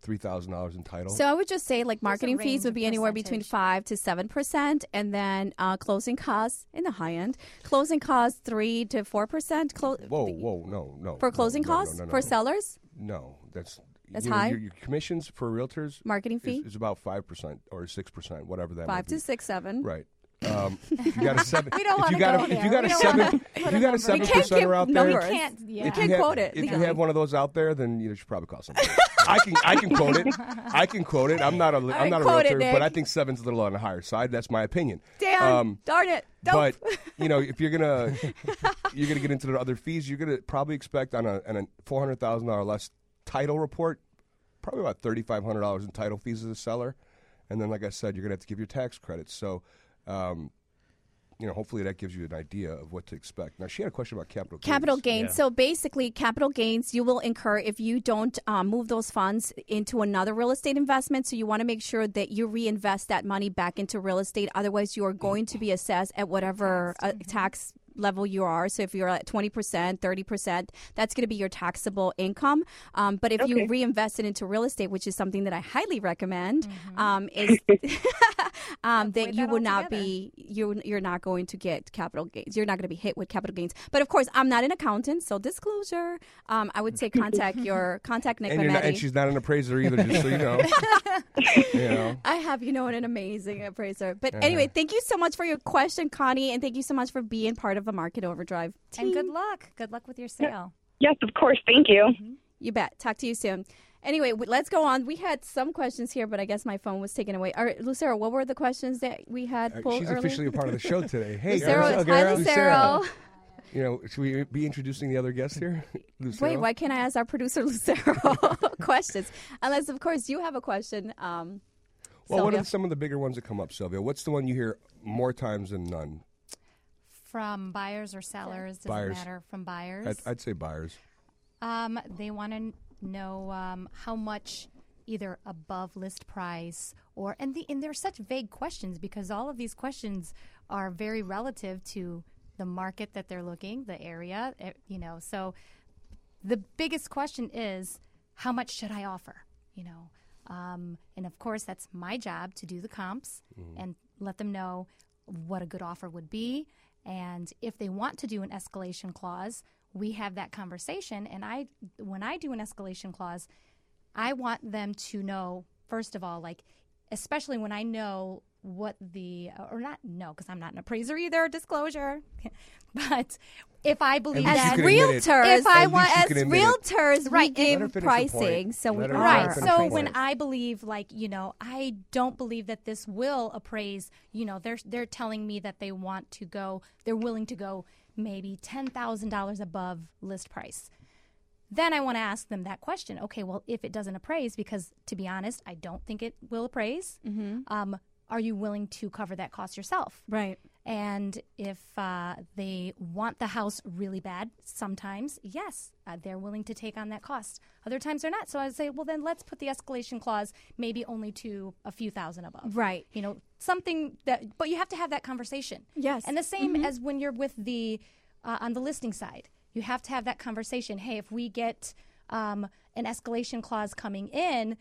Speaker 2: three thousand dollars in title.
Speaker 1: So I would just say like marketing fees
Speaker 4: range
Speaker 1: would
Speaker 4: of
Speaker 1: be anywhere between
Speaker 4: percentage.
Speaker 1: five to seven percent, and then uh, closing costs in the high end, closing costs three to four percent. Clo-
Speaker 2: whoa, whoa, no, no.
Speaker 1: for
Speaker 2: no,
Speaker 1: closing
Speaker 2: no, no,
Speaker 1: costs
Speaker 2: no, no,
Speaker 1: for
Speaker 2: no.
Speaker 1: sellers,
Speaker 2: No, that's
Speaker 1: That's
Speaker 2: you know,
Speaker 1: high?
Speaker 2: Your, your commissions for realtors
Speaker 1: marketing fee
Speaker 2: is, is about five percent or six percent, whatever that
Speaker 1: five
Speaker 2: might be.
Speaker 1: to six seven.
Speaker 2: Right. Um, you got a seven.
Speaker 4: We don't
Speaker 2: if you
Speaker 4: wanna
Speaker 2: got
Speaker 4: go
Speaker 2: a, if
Speaker 4: there.
Speaker 2: you got
Speaker 4: We
Speaker 2: a
Speaker 4: don't
Speaker 2: seven,
Speaker 4: wanna
Speaker 2: if
Speaker 4: put
Speaker 2: you got a
Speaker 4: a number.
Speaker 2: seven
Speaker 1: We can't
Speaker 2: percenter
Speaker 1: give
Speaker 2: out there.
Speaker 1: numbers.
Speaker 4: We can't. Yeah.
Speaker 2: If
Speaker 1: can't
Speaker 2: you have,
Speaker 1: quote it.
Speaker 2: If
Speaker 1: No.
Speaker 2: you have one of those out there, then you should probably call somebody. I can I can quote it. I can quote it. I'm not a am
Speaker 1: right,
Speaker 2: not a
Speaker 1: quote it,
Speaker 2: realtor,
Speaker 1: Nick.
Speaker 2: but I think seven's a little on the higher side. That's my opinion.
Speaker 1: Damn. darn it. Dope.
Speaker 2: But you know, if you're gonna you're gonna get into the other fees, you're gonna probably expect on a, on a four hundred thousand dollar less title report, probably about thirty five hundred dollars in title fees as a seller, and then like I said, you're gonna have to give your tax credits. So, um, you know, hopefully that gives you an idea of what to expect. Now she had a question about capital.
Speaker 1: Capital
Speaker 2: gains.
Speaker 1: gains.
Speaker 3: Yeah.
Speaker 1: So basically, capital gains you will incur if you don't um, move those funds into another real estate investment. So you want to make sure that you reinvest that money back into real estate. Otherwise, you are going to be assessed at whatever uh, tax level you are. So if you're at 20%, 30%, that's going to be your taxable income. Um, but if you
Speaker 5: Okay.
Speaker 1: reinvest it into real estate, which is something that I highly recommend, um, is um, that
Speaker 4: Avoid
Speaker 1: you
Speaker 4: that
Speaker 1: will not
Speaker 4: altogether.
Speaker 1: be you you're not going to get capital gains. You're not going to be hit with capital gains. But of course, I'm not an accountant, so disclosure. Um, I would say contact your contact Nick
Speaker 2: And, you're not, and
Speaker 1: Mametti.
Speaker 2: she's not an appraiser either, just so you know. you know.
Speaker 1: I have, you know, an amazing appraiser. But
Speaker 2: Uh-huh.
Speaker 1: anyway, thank you so much for your question, Connie, and thank you so much for being part of the Market Overdrive team.
Speaker 4: And good luck. Good luck with your sale.
Speaker 5: Yes, of course. Thank you.
Speaker 1: You bet. Talk to you soon. Anyway, w- let's go on. We had some questions here, but I guess my phone was taken away. All right, Lucero, what were the questions that we had
Speaker 2: Uh,
Speaker 1: pulled
Speaker 2: She's
Speaker 1: earlier?
Speaker 2: officially a part of the show today. Hey,
Speaker 1: Lucero,
Speaker 2: girls.
Speaker 1: hi,
Speaker 2: Girls.
Speaker 1: Lucero.
Speaker 2: You know, should we be introducing the other guests here? Lucero?
Speaker 1: Wait, why can't I ask our producer Lucero questions? Unless, of course, you have a question. Um,
Speaker 2: Well, what
Speaker 1: Sylvia.
Speaker 2: are some of the bigger ones that come up, Sylvia? What's the one you hear more times than none?
Speaker 4: From buyers or sellers, doesn't
Speaker 2: Buyers.
Speaker 4: matter. From buyers.
Speaker 2: I'd, I'd say buyers.
Speaker 4: Um, they want to know um, how much either above list price or and the and they're such vague questions because all of these questions are very relative to the market that they're looking, the area, eh, you know. So the biggest question is how much should I offer? You know, um, and of course that's my job to do the comps
Speaker 2: Mm.
Speaker 4: and let them know what a good offer would be, and if they want to do an escalation clause, we have that conversation. And I, when I do an escalation clause, I want them to know first of all, like especially when I know what the or not no because I'm not an appraiser either disclosure, but if I believe
Speaker 2: least
Speaker 4: that
Speaker 2: you
Speaker 1: as
Speaker 2: can admit it.
Speaker 1: realtors,
Speaker 4: If I
Speaker 2: At want- least you
Speaker 1: as
Speaker 2: can admit it.
Speaker 1: realtors,
Speaker 4: Right,
Speaker 1: we give
Speaker 2: Let her finish her point.
Speaker 1: pricing, so we
Speaker 2: Let her
Speaker 1: are.
Speaker 2: finish
Speaker 4: Right.
Speaker 2: her
Speaker 1: So
Speaker 2: point.
Speaker 4: So when
Speaker 2: Right.
Speaker 4: I believe, like you know, I don't believe that this will appraise. You know, they're they're telling me that they want to go. They're willing to go maybe ten thousand dollars above list price. Then I want to ask them that question. Okay, well, if it doesn't appraise, because to be honest, I don't think it will appraise. Um, are you willing to cover that cost yourself?
Speaker 1: right.
Speaker 4: And if uh, they want the house really bad, sometimes, yes, uh, they're willing to take on that cost. Other times they're not. So I would say, well, then let's put the escalation clause maybe only to a few thousand above.
Speaker 1: Right.
Speaker 4: You know, something that, but you have to have that conversation.
Speaker 1: Yes. Mm-hmm.
Speaker 4: And the same as when you're with the, uh, on the listing side, you have to have that conversation. Hey, if we get um, an escalation clause coming in,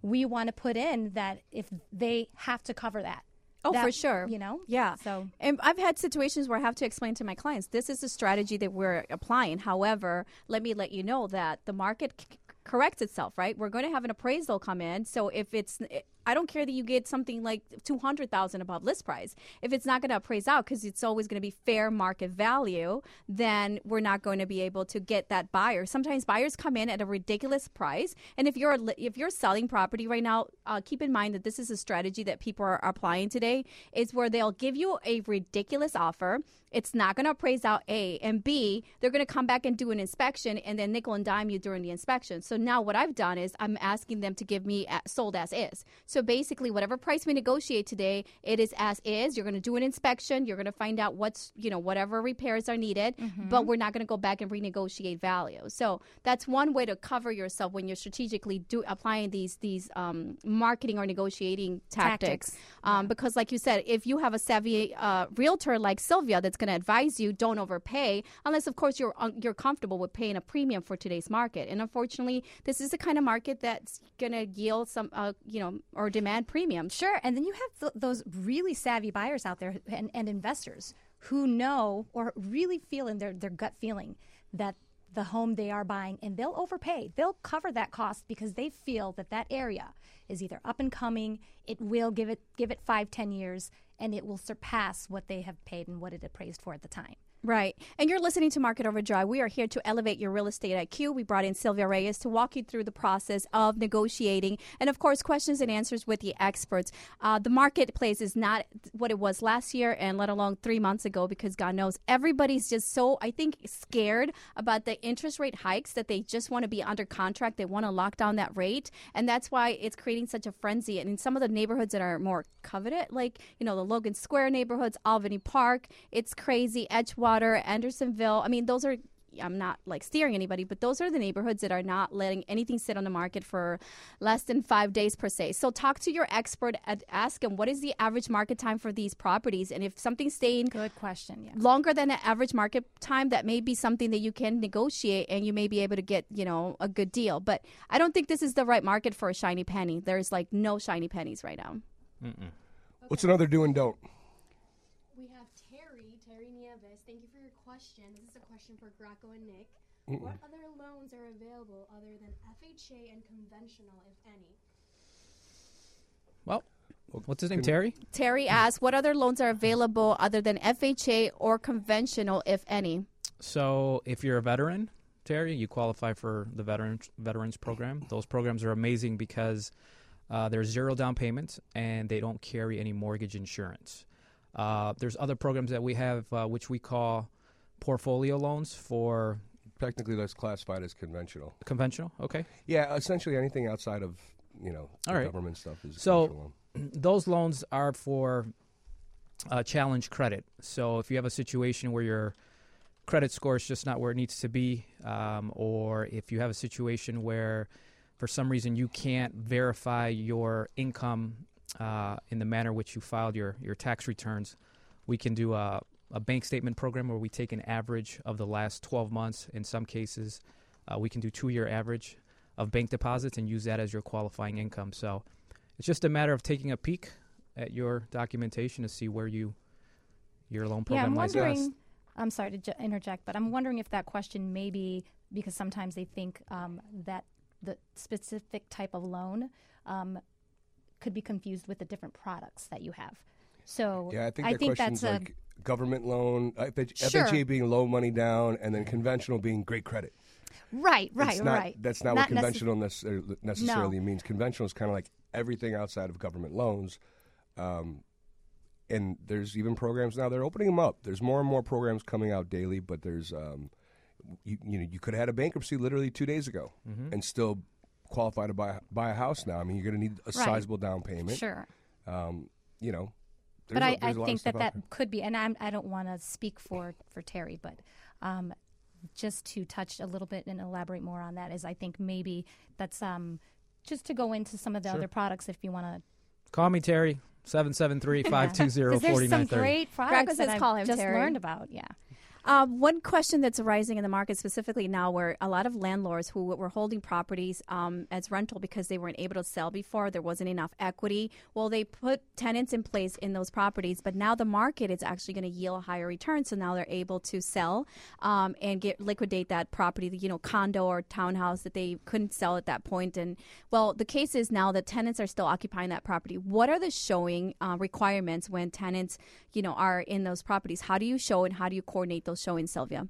Speaker 4: we want to put in that if they have to cover that.
Speaker 1: Oh,
Speaker 4: That-
Speaker 1: for sure.
Speaker 4: You know?
Speaker 1: Yeah.
Speaker 4: So.
Speaker 1: and I've had situations where I have to explain to my clients, this is the strategy that we're applying. However, let me let you know that the market c- corrects itself, right? We're going to have an appraisal come in. So if it's, eh, I don't care that you get something like 200,000 above list price. If it's not going to appraise out because it's always going to be fair market value, then we're not going to be able to get that buyer. Sometimes buyers come in at a ridiculous price, and if you're li- if you're selling property right now, uh, keep in mind that this is a strategy that people are applying today. Is where they'll give you a ridiculous offer. It's not going to appraise out A and B. They're going to come back and do an inspection, and then nickel and dime you during the inspection. So now what I've done is I'm asking them to give me a- sold as is. So basically, whatever price we negotiate today, it is as is. You're going to do an inspection. You're going to find out what's you know whatever repairs are needed, but we're not going to go back and renegotiate value. So that's one way to cover yourself when you're strategically do applying these these um, marketing or negotiating tactics.
Speaker 4: Tactics.
Speaker 1: Um, Because like you said, if you have a savvy uh, realtor like Sylvia that's going to advise you, don't overpay, unless of course you're un- you're comfortable with paying a premium for today's market. And unfortunately, this is the kind of market that's going to yield some uh, you know or demand premiums.
Speaker 4: Sure, and then you have th- those really savvy buyers out there and, and investors who know or really feel in their, their gut feeling that the home they are buying and they'll overpay. They'll cover that cost because they feel that that area is either up and coming, it will give it give it 5 10 years and it will surpass what they have paid and what it appraised for at the time.
Speaker 1: Right. And you're listening to Market Overdrive. We are here to elevate your real estate IQ. We brought in Sylvia Reyes to walk you through the process of negotiating and, of course, questions and answers with the experts. Uh, the marketplace is not what it was last year and let alone three months ago because God knows everybody's just so, I think, scared about the interest rate hikes that they just want to be under contract. They want to lock down that rate. And that's why it's creating such a frenzy. And in some of the neighborhoods that are more coveted, like, you know, the Logan Square neighborhoods, Albany Park, it's crazy. Edgewater. Andersonville. I mean, those are. I'm not like steering anybody, but those are the neighborhoods that are not letting anything sit on the market for less than five days per se. So talk to your expert and ask him what is the average market time for these properties, and if something's staying
Speaker 4: Good question. Yeah.
Speaker 1: longer than the average market time, that may be something that you can negotiate, and you may be able to get you know a good deal. But I don't think this is the right market for a shiny penny. There's like no shiny pennies right now.
Speaker 2: What's another do and don't?
Speaker 6: We have Terry, Terry Nieves. Thank you for your question. This is a question for Graco and Nick. What other loans are available other than FHA and conventional, if any?
Speaker 3: Well, what's his name? Terry.
Speaker 1: Terry asks, what other loans are available other than FHA or conventional, if any?
Speaker 3: So if you're a veteran, Terry, you qualify for the veterans veterans program. Those programs are amazing because uh, there's zero down payments and they don't carry any mortgage insurance. Uh, there's other programs that we have uh, which we call portfolio loans for
Speaker 2: Technically, that's classified as conventional.
Speaker 3: conventional. Okay,
Speaker 2: Yeah, essentially anything outside of you know the
Speaker 3: All right.
Speaker 2: government stuff is a
Speaker 3: So-
Speaker 2: conventional loan.
Speaker 3: those loans are for uh, challenge credit. So if you have a situation where your credit score is just not where it needs to be, um, or if you have a situation where for some reason you can't verify your income uh, in the manner which you filed your, your tax returns, we can do a, a bank statement program where we take an average of the last 12 months. In some cases, uh, we can do two year average of bank deposits and use that as your qualifying income. So it's just a matter of taking a peek at your documentation to see where you your loan
Speaker 4: Yeah,
Speaker 3: program
Speaker 4: I'm
Speaker 3: lies best.
Speaker 4: wondering. I'm sorry to ju- interject, but I'm wondering if that question maybe because sometimes they think um, that the specific type of loan um, could be confused with the different products that you have. So
Speaker 2: Yeah, I think that question's
Speaker 4: that's a
Speaker 2: like government loan, uh, FHA
Speaker 4: Sure.
Speaker 2: being low money down, and then conventional being great credit.
Speaker 4: right, right,
Speaker 2: It's not-
Speaker 4: right.
Speaker 2: That's not, what
Speaker 4: necess-
Speaker 2: conventional necessar- necessarily means. Conventional is kind of like everything outside of government loans. Um, and there's even programs now. They're opening them up. There's more and more programs coming out daily. But there's, um, you, you know, you could have had a bankruptcy literally two days ago and still qualify to buy buy a house now. I mean, you're going to need a sizable down payment.
Speaker 4: Sure.
Speaker 2: Um, you know,
Speaker 4: but
Speaker 2: I
Speaker 4: I, I think that that could be, and I'm, I don't want to speak for for Terry, but um, just to touch a little bit and elaborate more on that is, I think maybe that's um, just to go into some of the other products if you want to.
Speaker 3: Call me Terry 773-520-4930.
Speaker 4: Because there's some great products
Speaker 1: Greg
Speaker 4: that
Speaker 1: says
Speaker 4: I've
Speaker 1: call him
Speaker 4: just
Speaker 1: Terry.
Speaker 4: learned about. Yeah,
Speaker 1: Um, one question that's arising in the market specifically now where a lot of landlords who were holding properties um, as rental because they weren't able to sell before, there wasn't enough equity. Well, they put tenants in place in those properties, but now the market is actually going to yield a higher return. So now they're able to sell um, and get liquidate that property, you know, condo or townhouse that they couldn't sell at that point. And well, the case is now that tenants are still occupying that property. What are the showing uh, requirements when tenants, you know, are in those properties? How do you show and how do you coordinate those showings, Sylvia?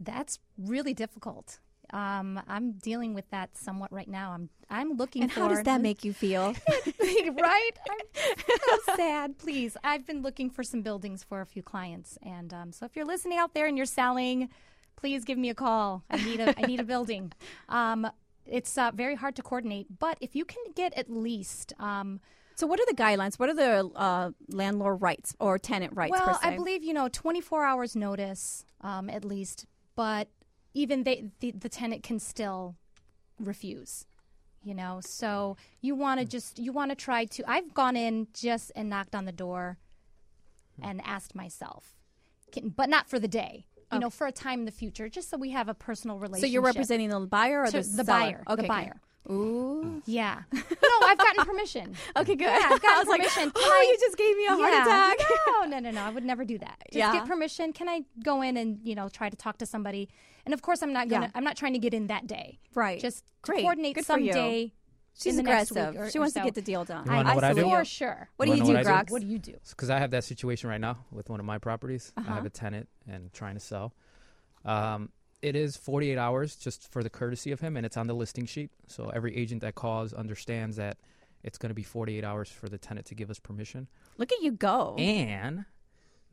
Speaker 4: that's really difficult. Um, I'm dealing with that somewhat right now. I'm I'm looking
Speaker 1: And
Speaker 4: for
Speaker 1: how does that make you feel?
Speaker 4: right? I'm so sad. Please, I've been looking for some buildings for a few clients, and um, so if you're listening out there and you're selling, please give me a call. I need a I need a building. Um, it's uh, very hard to coordinate, but if you can get at least. Um,
Speaker 1: so, what are the guidelines? What are the uh, landlord rights or tenant rights? per
Speaker 4: well, I
Speaker 1: se?
Speaker 4: believe you know 24 hours notice um, at least, but even they the, the tenant can still refuse. You know, so you want
Speaker 1: Hmm.
Speaker 4: to just you want to try to. I've gone in just and knocked on the door, and asked myself, can, but not for the day. You know, for a time in the future, just so we have a personal
Speaker 1: So
Speaker 4: relationship.
Speaker 1: you're representing the buyer or
Speaker 4: to
Speaker 1: the,
Speaker 4: the
Speaker 1: seller?
Speaker 4: buyer,
Speaker 1: Okay,
Speaker 4: the
Speaker 1: okay.
Speaker 4: buyer.
Speaker 1: Ooh.
Speaker 4: Yeah. No, I've gotten permission.
Speaker 1: Okay, good.
Speaker 4: Yeah, I've gotten
Speaker 1: I was like,
Speaker 4: permission. Can
Speaker 1: oh,
Speaker 4: I-
Speaker 1: you just gave me a heart
Speaker 4: Yeah.
Speaker 1: attack.
Speaker 4: No, no, no, no. I would never do that. Just
Speaker 1: Yeah.
Speaker 4: get permission. Can I go in and you know try to talk to somebody? And of course, I'm not gonna.
Speaker 1: Yeah.
Speaker 4: I'm not trying to get in that day.
Speaker 1: Right.
Speaker 4: Just to
Speaker 1: Great.
Speaker 4: coordinate
Speaker 1: Good for
Speaker 4: some
Speaker 1: you.
Speaker 4: day.
Speaker 1: She's
Speaker 4: in the next
Speaker 1: aggressive.
Speaker 4: week or-
Speaker 1: she
Speaker 4: or
Speaker 1: wants to
Speaker 4: so.
Speaker 1: get the deal done.
Speaker 3: You wanna know what I do?
Speaker 4: for sure.
Speaker 1: What do
Speaker 3: You
Speaker 1: you do,
Speaker 3: wanna know what I
Speaker 1: Grox?
Speaker 4: What do you do?
Speaker 3: because I have that situation right now with one of my properties. I have a tenant and trying to sell. Um, it is 48 hours just for the courtesy of him, and it's on the listing sheet. So every agent that calls understands that it's going to be 48 hours for the tenant to give us permission.
Speaker 1: Look at you go.
Speaker 3: And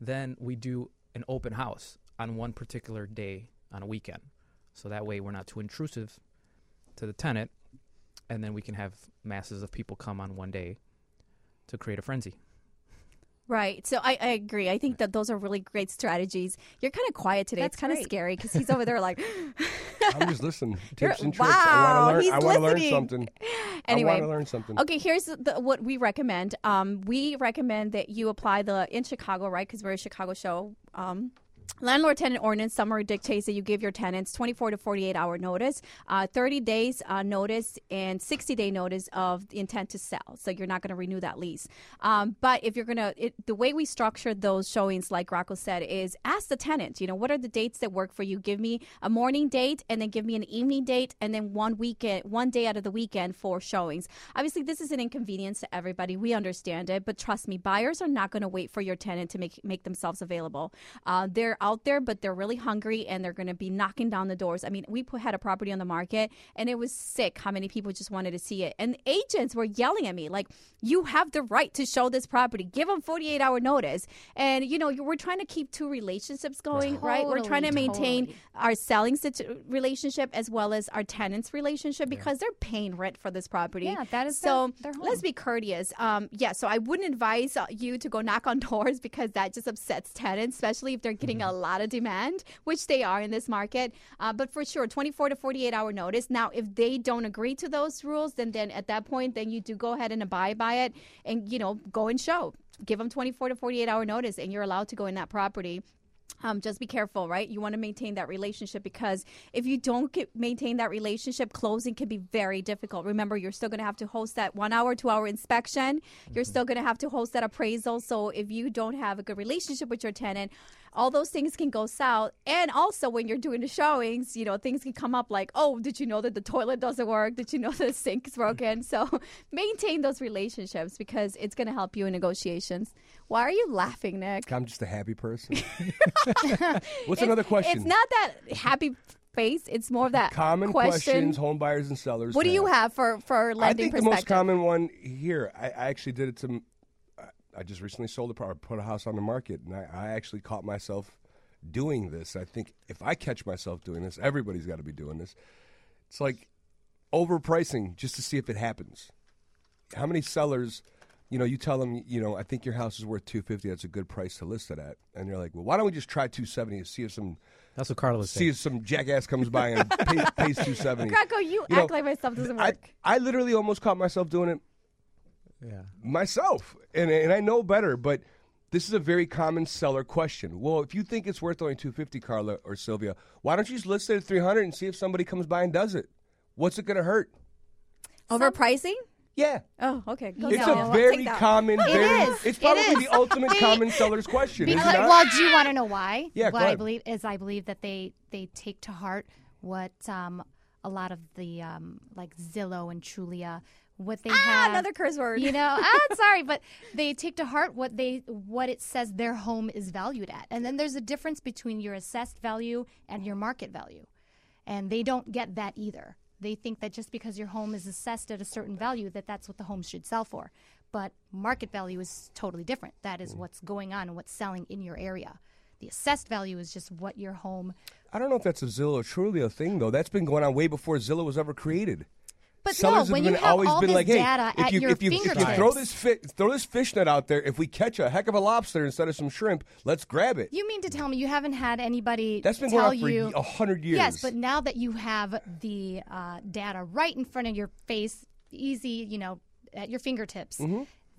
Speaker 3: then we do an open house on one particular day on a weekend. So that way we're not too intrusive to the tenant. And then we can have masses of people come on one day to create a frenzy.
Speaker 1: Right. So I, I agree. I think that those are really great strategies. You're kind of quiet today.
Speaker 4: That's
Speaker 1: it's kind of
Speaker 4: great.
Speaker 1: scary because he's over there like,
Speaker 2: I'm just listening.
Speaker 1: You're-
Speaker 2: Tips and tricks. I
Speaker 1: wow,
Speaker 2: want to
Speaker 1: he's
Speaker 2: learn. I want to learn
Speaker 1: listening.
Speaker 2: something. I want
Speaker 1: anyway.
Speaker 2: to learn something.
Speaker 1: Okay, here's the, what we recommend. Um, we recommend that you apply the in Chicago, right? Because we're a Chicago show. Um, landlord tenant ordinance summary dictates that you give your tenants 24 to 48 hour notice, uh, 30 days uh, notice, and 60 day notice of the intent to sell. So you're not going to renew that lease. Um, but if you're going to, the way we structure those showings, like Rocco said, is ask the tenant, you know, what are the dates that work for you? Give me a morning date and then give me an evening date and then one weekend, one day out of the weekend for showings. Obviously, this is an inconvenience to everybody. We understand it, but trust me, buyers are not going to wait for your tenant to make, make themselves available. Uh, they're out there, but they're really hungry and they're going to be knocking down the doors. I mean, we put, had a property on the market and it was sick how many people just wanted to see it. And agents were yelling at me, like, you have the right to show this property. Give them 48 hour notice. And, you know, you- we're trying to keep two relationships going, right? We're trying to
Speaker 4: Totally,
Speaker 1: maintain
Speaker 4: totally.
Speaker 1: our selling situ- relationship as well as our tenants' relationship because they're paying rent for this property.
Speaker 4: Yeah, that is their-
Speaker 1: so.
Speaker 4: their
Speaker 1: Let's
Speaker 4: home.
Speaker 1: be courteous. Um, yeah, so I wouldn't advise uh, you to go knock on doors because that just upsets tenants, especially if they're getting a
Speaker 4: Mm-hmm.
Speaker 1: lot of demand, which they are in this market. Uh, but for sure, 24 to 48 hour notice. Now, if they don't agree to those rules, then then at that point, then you do go ahead and abide by it, and you know go and show. Give them 24 to 48 hour notice, and you're allowed to go in that property um, just be careful, right? You want to maintain that relationship because if you don't get, maintain that relationship, closing can be very difficult. Remember, you're still going to have to host that one hour, two hour inspection. You're still going to have to host that appraisal. So if you don't have a good relationship with your tenant, all those things can go south. And also, when you're doing the showings, you know, things can come up like, oh, did you know that the toilet doesn't work? Did you know the sink's broken? So maintain those relationships because it's going to help you in negotiations. Why are you laughing, Nick?
Speaker 2: I'm just a happy person. What's another question?
Speaker 1: It's not that happy face. It's more of that
Speaker 2: common
Speaker 1: question.
Speaker 2: questions home buyers and sellers.
Speaker 1: What do you
Speaker 2: have?
Speaker 1: have for for
Speaker 2: I
Speaker 1: lending
Speaker 2: think the most
Speaker 1: perspective?
Speaker 2: common one here. I, I actually did it to. m- I- I just recently sold a property, put a house on the market, and I, I actually caught myself doing this. I think if I catch myself doing this, everybody's got to be doing this. It's like overpricing just to see if it happens. How many sellers, you know, you tell them, you know, I think your house is worth two fifty. That's a good price to list it at, and you're like, well, why don't we just try two seventy and see if some
Speaker 3: That's what Carla was
Speaker 2: see if some jackass comes by and pays, pays two seventy.
Speaker 1: Greco, you,
Speaker 2: You know,
Speaker 1: act like my stuff doesn't
Speaker 2: I,
Speaker 1: work.
Speaker 2: I literally almost caught myself doing it
Speaker 3: Yeah.
Speaker 2: myself, and and I know better, but this is a very common seller question. Well, if you think it's worth only two fifty, Carla or Sylvia, why don't you just list it at three hundred and see if somebody comes by and does it? What's it going to hurt?
Speaker 1: Overpricing?
Speaker 2: Yeah,
Speaker 1: Oh, okay. Go
Speaker 2: it's
Speaker 1: down.
Speaker 2: a
Speaker 1: I'll
Speaker 2: very
Speaker 1: take that.
Speaker 2: common.
Speaker 1: It
Speaker 2: very,
Speaker 1: is.
Speaker 2: It's
Speaker 1: It
Speaker 2: probably
Speaker 1: is.
Speaker 2: the ultimate common seller's question. is it
Speaker 6: Because-
Speaker 2: not?
Speaker 6: well, do you want to know why?
Speaker 2: Yeah, go
Speaker 6: what I
Speaker 2: ahead.
Speaker 6: believe is I believe that they they take to heart what um, a lot of the um, like Zillow and Trulia what they
Speaker 1: Ah,
Speaker 6: have.
Speaker 1: another curse word.
Speaker 6: You know, ah, I'm sorry, but they take to heart what they what it says their home is valued at, and then there's a difference between your assessed value and your market value, and they don't get that either. They think that just because your home is assessed at a certain value, that that's what the home should sell for. But market value is totally different. That
Speaker 2: Mm.
Speaker 6: is what's going on and what's selling in your area. The assessed value is just what your home.
Speaker 2: I don't know if that's a Zillow or Trulia thing though. That's been going on way before Zillow was ever created.
Speaker 6: But
Speaker 2: Sellers
Speaker 6: no,
Speaker 2: have
Speaker 6: when
Speaker 2: been
Speaker 6: you have
Speaker 2: always
Speaker 6: all
Speaker 2: been
Speaker 6: this
Speaker 2: like, hey,
Speaker 6: data
Speaker 2: if
Speaker 6: at
Speaker 2: you,
Speaker 6: your
Speaker 2: if you, if you
Speaker 6: fingertips,
Speaker 2: throw this fi- throw this fishnet out there, if we catch a heck of a lobster instead of some shrimp, let's grab it.
Speaker 6: You mean to tell me you haven't had anybody
Speaker 2: That's been going
Speaker 6: tell
Speaker 2: on for
Speaker 6: you
Speaker 2: a hundred years.
Speaker 6: Yes, but now that you have the
Speaker 2: Mm-hmm.
Speaker 6: uh, data right in front of your face, easy, you know, at your fingertips,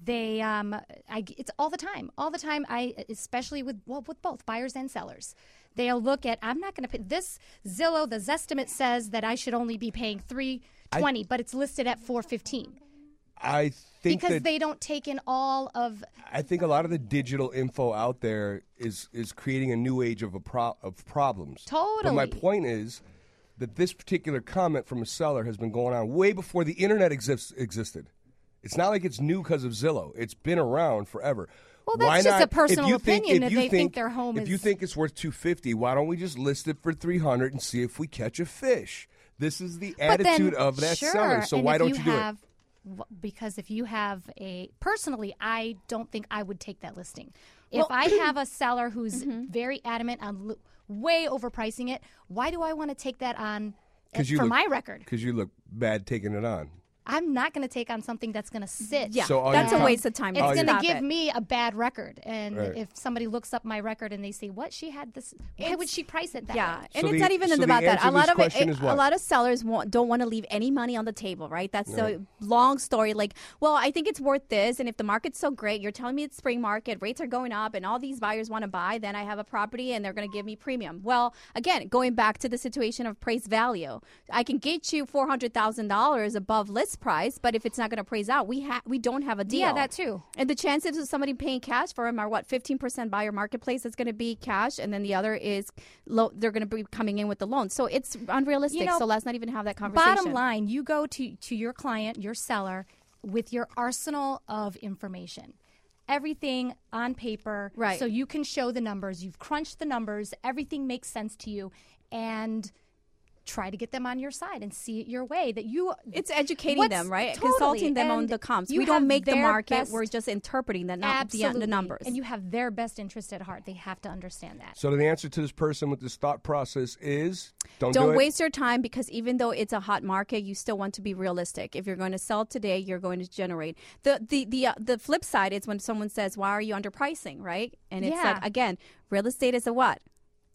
Speaker 4: They, um, I, it's all the time, all the time. I, especially with well, with both buyers and sellers, they'll look at. I'm not going to pay this Zillow. The Zestimate says that I should only be paying three twenty, but it's listed at four fifteen
Speaker 2: I think
Speaker 4: because
Speaker 2: that
Speaker 4: they don't take in all of
Speaker 2: I think a lot of the digital info out there is is creating a new age of a pro- of problems. But my
Speaker 4: Totally.
Speaker 2: point is that this particular comment from a seller has been going on way before the internet exists existed. It's not like it's new because of Zillow. It's been around forever.
Speaker 4: Well, that's
Speaker 2: why
Speaker 4: just
Speaker 2: not-
Speaker 4: a
Speaker 2: if
Speaker 4: personal
Speaker 2: you think-
Speaker 4: opinion
Speaker 2: if
Speaker 4: that
Speaker 2: you
Speaker 4: they think their home
Speaker 2: If you
Speaker 4: is-
Speaker 2: think it's worth two fifty, why don't we just list it for three hundred and see if we catch a fish? This is the
Speaker 4: But then,
Speaker 2: attitude of that
Speaker 4: sure,
Speaker 2: seller. So
Speaker 4: and
Speaker 2: why
Speaker 4: if
Speaker 2: don't
Speaker 4: you
Speaker 2: you, do it?
Speaker 4: have, w- Because if you have a personally, I don't think I would take that listing. If I have a seller who's
Speaker 2: Mm-hmm.
Speaker 4: very adamant on lo- way overpricing it, why do I want to take that on? uh,
Speaker 2: 'Cause you
Speaker 4: for
Speaker 2: look-
Speaker 4: my record,
Speaker 2: Because you look bad taking it on.
Speaker 4: I'm not going to take on something that's going to sit.
Speaker 1: Yeah,
Speaker 2: So all
Speaker 1: that's
Speaker 2: your
Speaker 1: a
Speaker 2: com-
Speaker 1: waste of time.
Speaker 4: It's
Speaker 2: all
Speaker 4: going
Speaker 2: your-
Speaker 1: Stop
Speaker 4: to give
Speaker 1: it.
Speaker 4: me a bad record, and
Speaker 2: Right.
Speaker 4: if somebody looks up my record and they say, "What she had this? Why would she price it that?"
Speaker 1: Yeah,
Speaker 4: way?"
Speaker 2: So
Speaker 1: and it's
Speaker 2: the-
Speaker 1: not even
Speaker 2: so the
Speaker 1: about that.
Speaker 2: answer
Speaker 1: A
Speaker 2: to this
Speaker 1: lot of it,
Speaker 2: question is
Speaker 1: a
Speaker 2: what?
Speaker 1: lot of sellers want, don't want to leave any money on the table, right? That's the long story. Like, well, I think it's worth this, and if the market's so great, you're telling me it's spring market, rates are going up, and all these buyers want to buy, then I have a property, and they're going to give me premium. Well, again, going back to the situation of price value, I can get you four hundred thousand dollars above list price, but if it's not going to praise out, we ha- we don't have a deal.
Speaker 4: Yeah, that too.
Speaker 1: And the chances of somebody paying cash for them are what fifteen percent buyer marketplace is going to be cash, and then the other is lo- they're going to be coming in with the loan. So it's unrealistic.
Speaker 4: You know,
Speaker 1: so let's not even have that conversation.
Speaker 4: Bottom line, you go to, to your client, your seller, with your arsenal of information. Everything on paper.
Speaker 1: Right.
Speaker 4: So you can show the numbers. You've crunched the numbers. Everything makes sense to you. And try to get them on your side and see it your way that you
Speaker 1: it's educating
Speaker 4: What's-
Speaker 1: them, right?
Speaker 4: totally,
Speaker 1: Consulting them on
Speaker 4: and
Speaker 1: the comps.
Speaker 4: you
Speaker 1: We don't
Speaker 4: have
Speaker 1: make the
Speaker 4: their
Speaker 1: market.
Speaker 4: best-
Speaker 1: We're just interpreting the, num- the,
Speaker 4: absolutely
Speaker 1: the numbers.
Speaker 4: and you have their best interest at heart they have to understand that
Speaker 2: So the answer to this person with this thought process is don't,
Speaker 1: don't
Speaker 2: do it.
Speaker 1: waste your time because even though it's a hot market, you still want to be realistic. If you're going to sell today, you're going to generate the the the uh, the flip side is when someone says, "Why are you underpricing?" Right? And it's
Speaker 4: Yeah.
Speaker 1: like again, real estate is a what?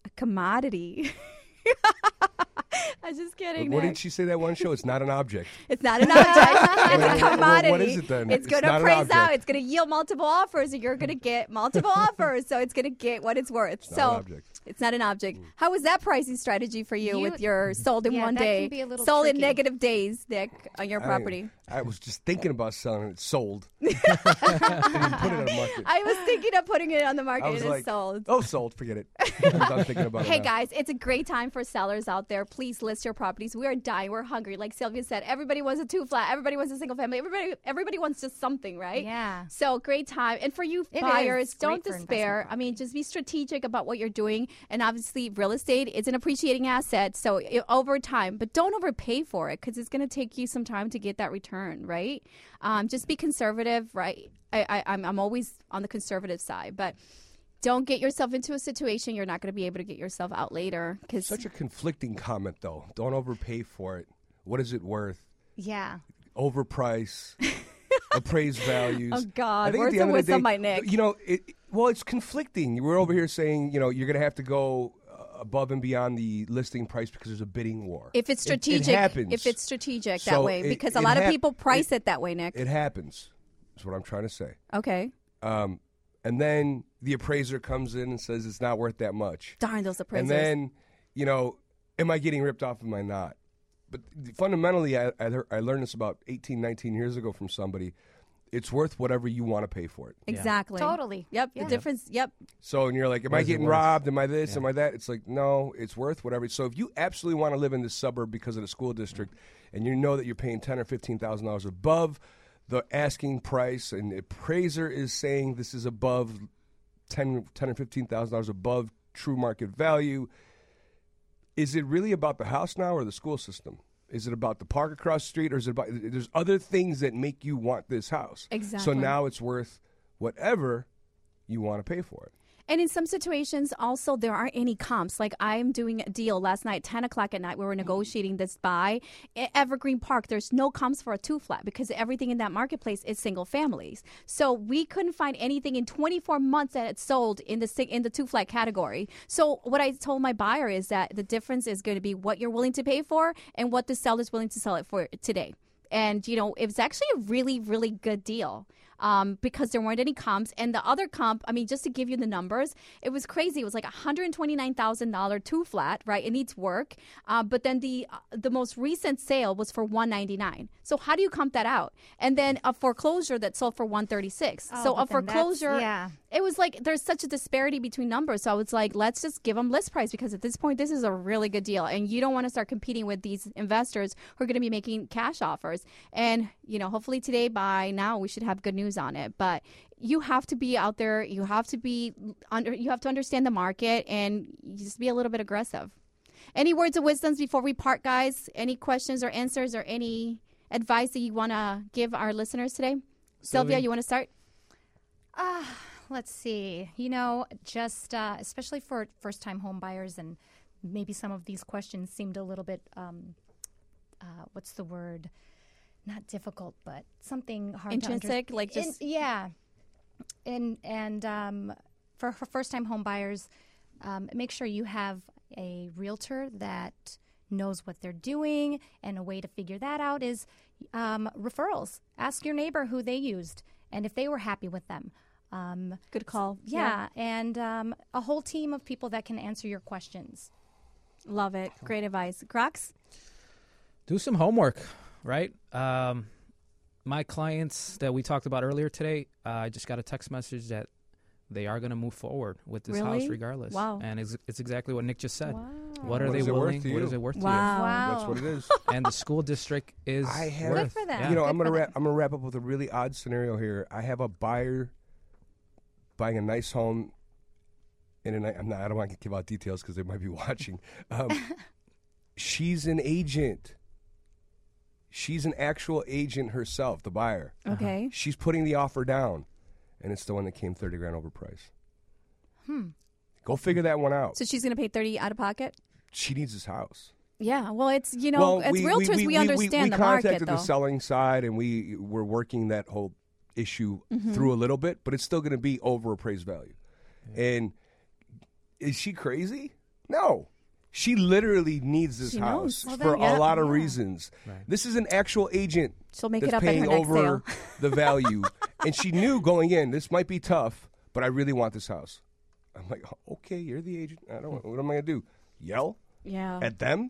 Speaker 1: A commodity. I'm just kidding.
Speaker 2: What
Speaker 1: Nick.
Speaker 2: did she say that one show? It's not an object.
Speaker 1: It's not an object.
Speaker 2: Well,
Speaker 1: it's a
Speaker 2: well, what
Speaker 1: commodity.
Speaker 2: is it then?
Speaker 1: It's
Speaker 2: It's
Speaker 1: going to
Speaker 2: not an
Speaker 1: praise out.
Speaker 2: object.
Speaker 1: It's going to yield multiple offers. and You're going to get multiple offers. So it's going to get what it's worth.
Speaker 2: not
Speaker 1: so
Speaker 2: an object.
Speaker 1: it's not an
Speaker 2: Mm.
Speaker 1: object. How was that pricing strategy for you,
Speaker 4: You-
Speaker 1: with your sold in
Speaker 4: Yeah,
Speaker 1: one
Speaker 4: that
Speaker 1: day,
Speaker 4: can be a little
Speaker 1: sold in
Speaker 4: tricky.
Speaker 1: negative days, Nick, on your
Speaker 2: I-
Speaker 1: property?
Speaker 2: I, was just thinking about selling it. It's sold. I didn't put it on the market.
Speaker 1: I was thinking of putting it on the market
Speaker 2: I was
Speaker 1: and
Speaker 2: like,
Speaker 1: it's sold.
Speaker 2: oh, sold. Forget it. I'm done thinking about it.
Speaker 1: Hey
Speaker 2: now.
Speaker 1: guys, it's a great time for sellers out there. Please list your properties. We are dying. We're hungry. Like Sylvia said, everybody wants a two flat. Everybody wants a single family. Everybody, everybody wants just something, right?
Speaker 4: Yeah.
Speaker 1: So great time. And for you
Speaker 4: It is.
Speaker 1: buyers,
Speaker 4: It's great
Speaker 1: don't
Speaker 4: for investment
Speaker 1: despair. I mean, just be strategic about what you're doing. And obviously, real estate is an appreciating asset. So i- over time, but don't overpay for it because it's going to take you some time to get that return, right? Um, just be conservative, right? I, I, I'm, I'm always on the conservative side, but don't get yourself into a situation you're not going to be able to get yourself out later because
Speaker 2: Such a conflicting comment, though. Don't overpay for it. What is it worth?
Speaker 4: yeah
Speaker 2: Overprice. appraised values.
Speaker 1: Oh, God.
Speaker 2: I think
Speaker 1: Words
Speaker 2: at the
Speaker 1: of
Speaker 2: end of the
Speaker 1: wisdom
Speaker 2: day,
Speaker 1: by Nick.
Speaker 2: You know, it, well, it's conflicting. We're over here saying, you know, you're going to have to go uh, above and beyond the listing price because there's a bidding war.
Speaker 1: if it's
Speaker 2: It- it
Speaker 1: strategic,
Speaker 2: happens.
Speaker 1: if it's strategic that
Speaker 2: So
Speaker 1: way,
Speaker 2: it-
Speaker 1: because a
Speaker 2: it
Speaker 1: lot of
Speaker 2: hap-
Speaker 1: people price it,
Speaker 2: it-
Speaker 1: that way, Nick.
Speaker 2: It happens. Is what I'm trying to say.
Speaker 1: okay.
Speaker 2: Um, and then the appraiser comes in and says it's not worth that much.
Speaker 1: Darn those appraisers.
Speaker 2: And then, you know, am I getting ripped off? Am I not? But fundamentally, I, I, lear- I learned this about 18, 19 years ago from somebody. It's worth whatever you want to pay for it.
Speaker 1: exactly.
Speaker 4: Totally.
Speaker 1: Yep.
Speaker 4: Yeah.
Speaker 1: The difference. Yep.
Speaker 2: So, and you're like, am
Speaker 3: What
Speaker 2: I
Speaker 3: is it
Speaker 2: getting
Speaker 3: worth?
Speaker 2: robbed? Am I this? Am I that? It's like, no, it's worth whatever. So, if you absolutely want to live in this suburb because of the school district, and you know that you're paying ten or fifteen thousand dollars above the asking price, and the appraiser is saying this is above ten, ten or fifteen thousand dollars above true market value, is it really about the house now or the school system? Is it about the park across the street, or is it about? There's other things that make you want this house.
Speaker 1: Exactly.
Speaker 2: So now it's worth whatever you want to pay for it.
Speaker 1: And in some situations, also, there aren't any comps. Like I'm doing a deal last night, 10 o'clock at night, we were negotiating this buy at Evergreen Park. There's no comps for a two flat because everything in that marketplace is single families. So we couldn't find anything in 24 months that had sold in the sing- in the two flat category. So what I told my buyer is that the difference is going to be what you're willing to pay for and what the seller's willing to sell it for today and you know it was actually a really really good deal um, because there weren't any comps. And the other comp, I mean, just to give you the numbers, it was crazy. It was like $129,000 two flat, right? It needs work. Uh, but then the uh, the most recent sale was for 199 So how do you comp that out? And then a foreclosure that sold for 136 So a
Speaker 6: Oh, but then that's-
Speaker 1: foreclosure,
Speaker 6: yeah.
Speaker 1: it was like there's such a disparity between numbers. So I was like, let's just give them list price because at this point, this is a really good deal. And you don't want to start competing with these investors who are going to be making cash offers. And, you know, hopefully today by now we should have good news on it. But you have to be out there. You have to be under, you have to understand the market and you just be a little bit aggressive. Any words of wisdoms before we part, guys? Any questions or answers or any advice that you want to give our listeners today? Sylvia, you want to start?
Speaker 6: Let's see.
Speaker 4: You know, just uh, especially for first time home buyers, and maybe some of these questions seemed a little bit um, uh, what's the word? Not difficult, but something hard to
Speaker 1: Intrinsic,
Speaker 4: understand.
Speaker 1: like just-
Speaker 4: yeah. And and um, for, for first time home buyers, um, make sure you have a realtor that knows what they're doing. And a way to figure that out is um, referrals. Ask your neighbor who they used and if they were happy with them. Um,
Speaker 1: Good call.
Speaker 4: yeah, and um, a whole team of people that can answer your questions.
Speaker 1: Love it. Great advice. Grox?
Speaker 3: do some homework, right? Um, my clients that we talked about earlier today, uh, I just got a text message that they are going to move forward with this
Speaker 1: Really?
Speaker 3: house regardless.
Speaker 1: Wow.
Speaker 3: And it's, it's exactly what Nick just said. What are
Speaker 2: What
Speaker 3: they
Speaker 2: is it worth
Speaker 3: willing?
Speaker 2: to
Speaker 3: What
Speaker 2: you?
Speaker 3: is it worth
Speaker 1: Wow.
Speaker 2: That's what it is.
Speaker 3: to you? And the school district is
Speaker 2: I have-
Speaker 3: worth.
Speaker 2: Good
Speaker 4: for them.
Speaker 3: Yeah.
Speaker 2: you know,
Speaker 4: Good
Speaker 2: I'm gonna
Speaker 4: for
Speaker 2: wrap. I'm gonna wrap up with a really odd scenario here. I have a buyer buying a nice home, and a, ni- I'm not. I don't want to give out details because they might be watching. Um, she's an agent. She's an actual agent herself, the buyer.
Speaker 1: Okay.
Speaker 2: She's putting the offer down, and it's the one that came thirty grand over price. Hmm. Go figure that one out.
Speaker 1: So she's going to pay 30 out of pocket?
Speaker 2: she needs this house.
Speaker 1: Yeah. Well, it's, you know,
Speaker 2: well,
Speaker 1: as realtors, we, understand
Speaker 2: we
Speaker 1: the
Speaker 2: contacted
Speaker 1: market,
Speaker 2: the
Speaker 1: though.
Speaker 2: selling side, and we were working that whole issue
Speaker 1: Mm-hmm.
Speaker 2: through a little bit, but it's still going to be over appraised value. And is she crazy? No. She literally needs this
Speaker 1: She knows.
Speaker 2: house
Speaker 1: Well,
Speaker 2: for
Speaker 1: then, yeah,
Speaker 2: a lot of reasons. This is an actual agent
Speaker 1: She'll make
Speaker 2: that's
Speaker 1: it up at her
Speaker 2: paying
Speaker 1: next
Speaker 2: over
Speaker 1: sale.
Speaker 2: the value, and she knew going in this might be tough, but I really want this house. I'm like, "Oh, okay, you're the agent. I don't. What am I going to do? Yell?
Speaker 1: Yeah.
Speaker 2: at them?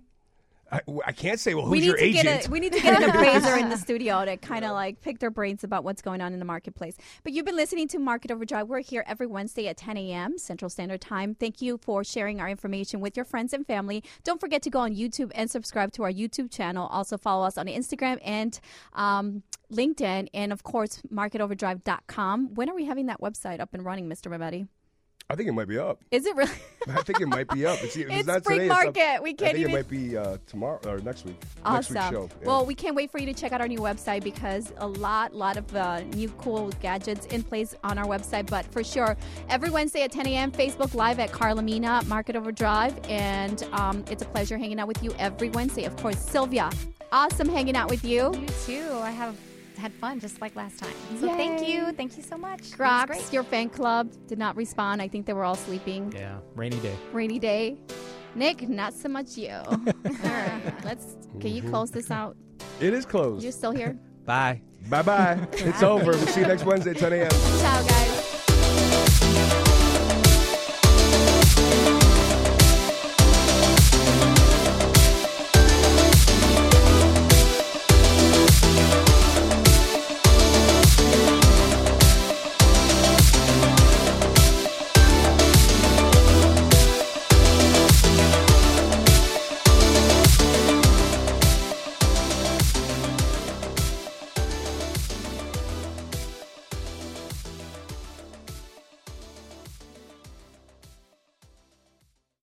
Speaker 2: I, I can't say, well, who's
Speaker 1: we need
Speaker 2: your
Speaker 1: to
Speaker 2: agent?
Speaker 1: get a, we need to get an appraiser in the studio to kind of like pick their brains about what's going on in the marketplace. But you've been listening to Market Overdrive. We're here every Wednesday at 10 a.m. Central Standard Time. Thank you for sharing our information with your friends and family. Don't forget to go on YouTube and subscribe to our YouTube channel. Also follow us on Instagram and um, LinkedIn, and of course marketoverdrive.com. When are we having that website up and running, Mr. Mametti?
Speaker 2: I think it might be up.
Speaker 1: Is it really?
Speaker 2: I think it might be up. It's, if
Speaker 1: It's
Speaker 2: not
Speaker 1: spring
Speaker 2: today, up-
Speaker 1: market. We can't
Speaker 2: I think
Speaker 1: even-
Speaker 2: it might be uh, tomorrow or next week. Next
Speaker 1: Awesome.
Speaker 2: week's show. Yeah.
Speaker 1: Well, we can't wait for you to check out our new website because a lot, lot of uh, new cool gadgets in place on our website. But for sure, every Wednesday at 10 a.m., Facebook Live at Carlamina Market Overdrive. And um, it's a pleasure hanging out with you every Wednesday. Of course, Sylvia, awesome hanging out with you.
Speaker 4: You too. I have had fun just like last time. So thank you. Thank you so much. It was great.
Speaker 1: Grox, your fan club did not respond. I think they were all sleeping.
Speaker 3: Yeah. Rainy day.
Speaker 1: Rainy day. Nick, not so much you. all right, let's. Can
Speaker 2: Mm-hmm.
Speaker 1: you close this out?
Speaker 2: it is closed.
Speaker 1: You're still here?
Speaker 3: Bye.
Speaker 2: Bye bye. it's over. We'll see you next Wednesday at 10 a.m.
Speaker 1: Ciao, guys.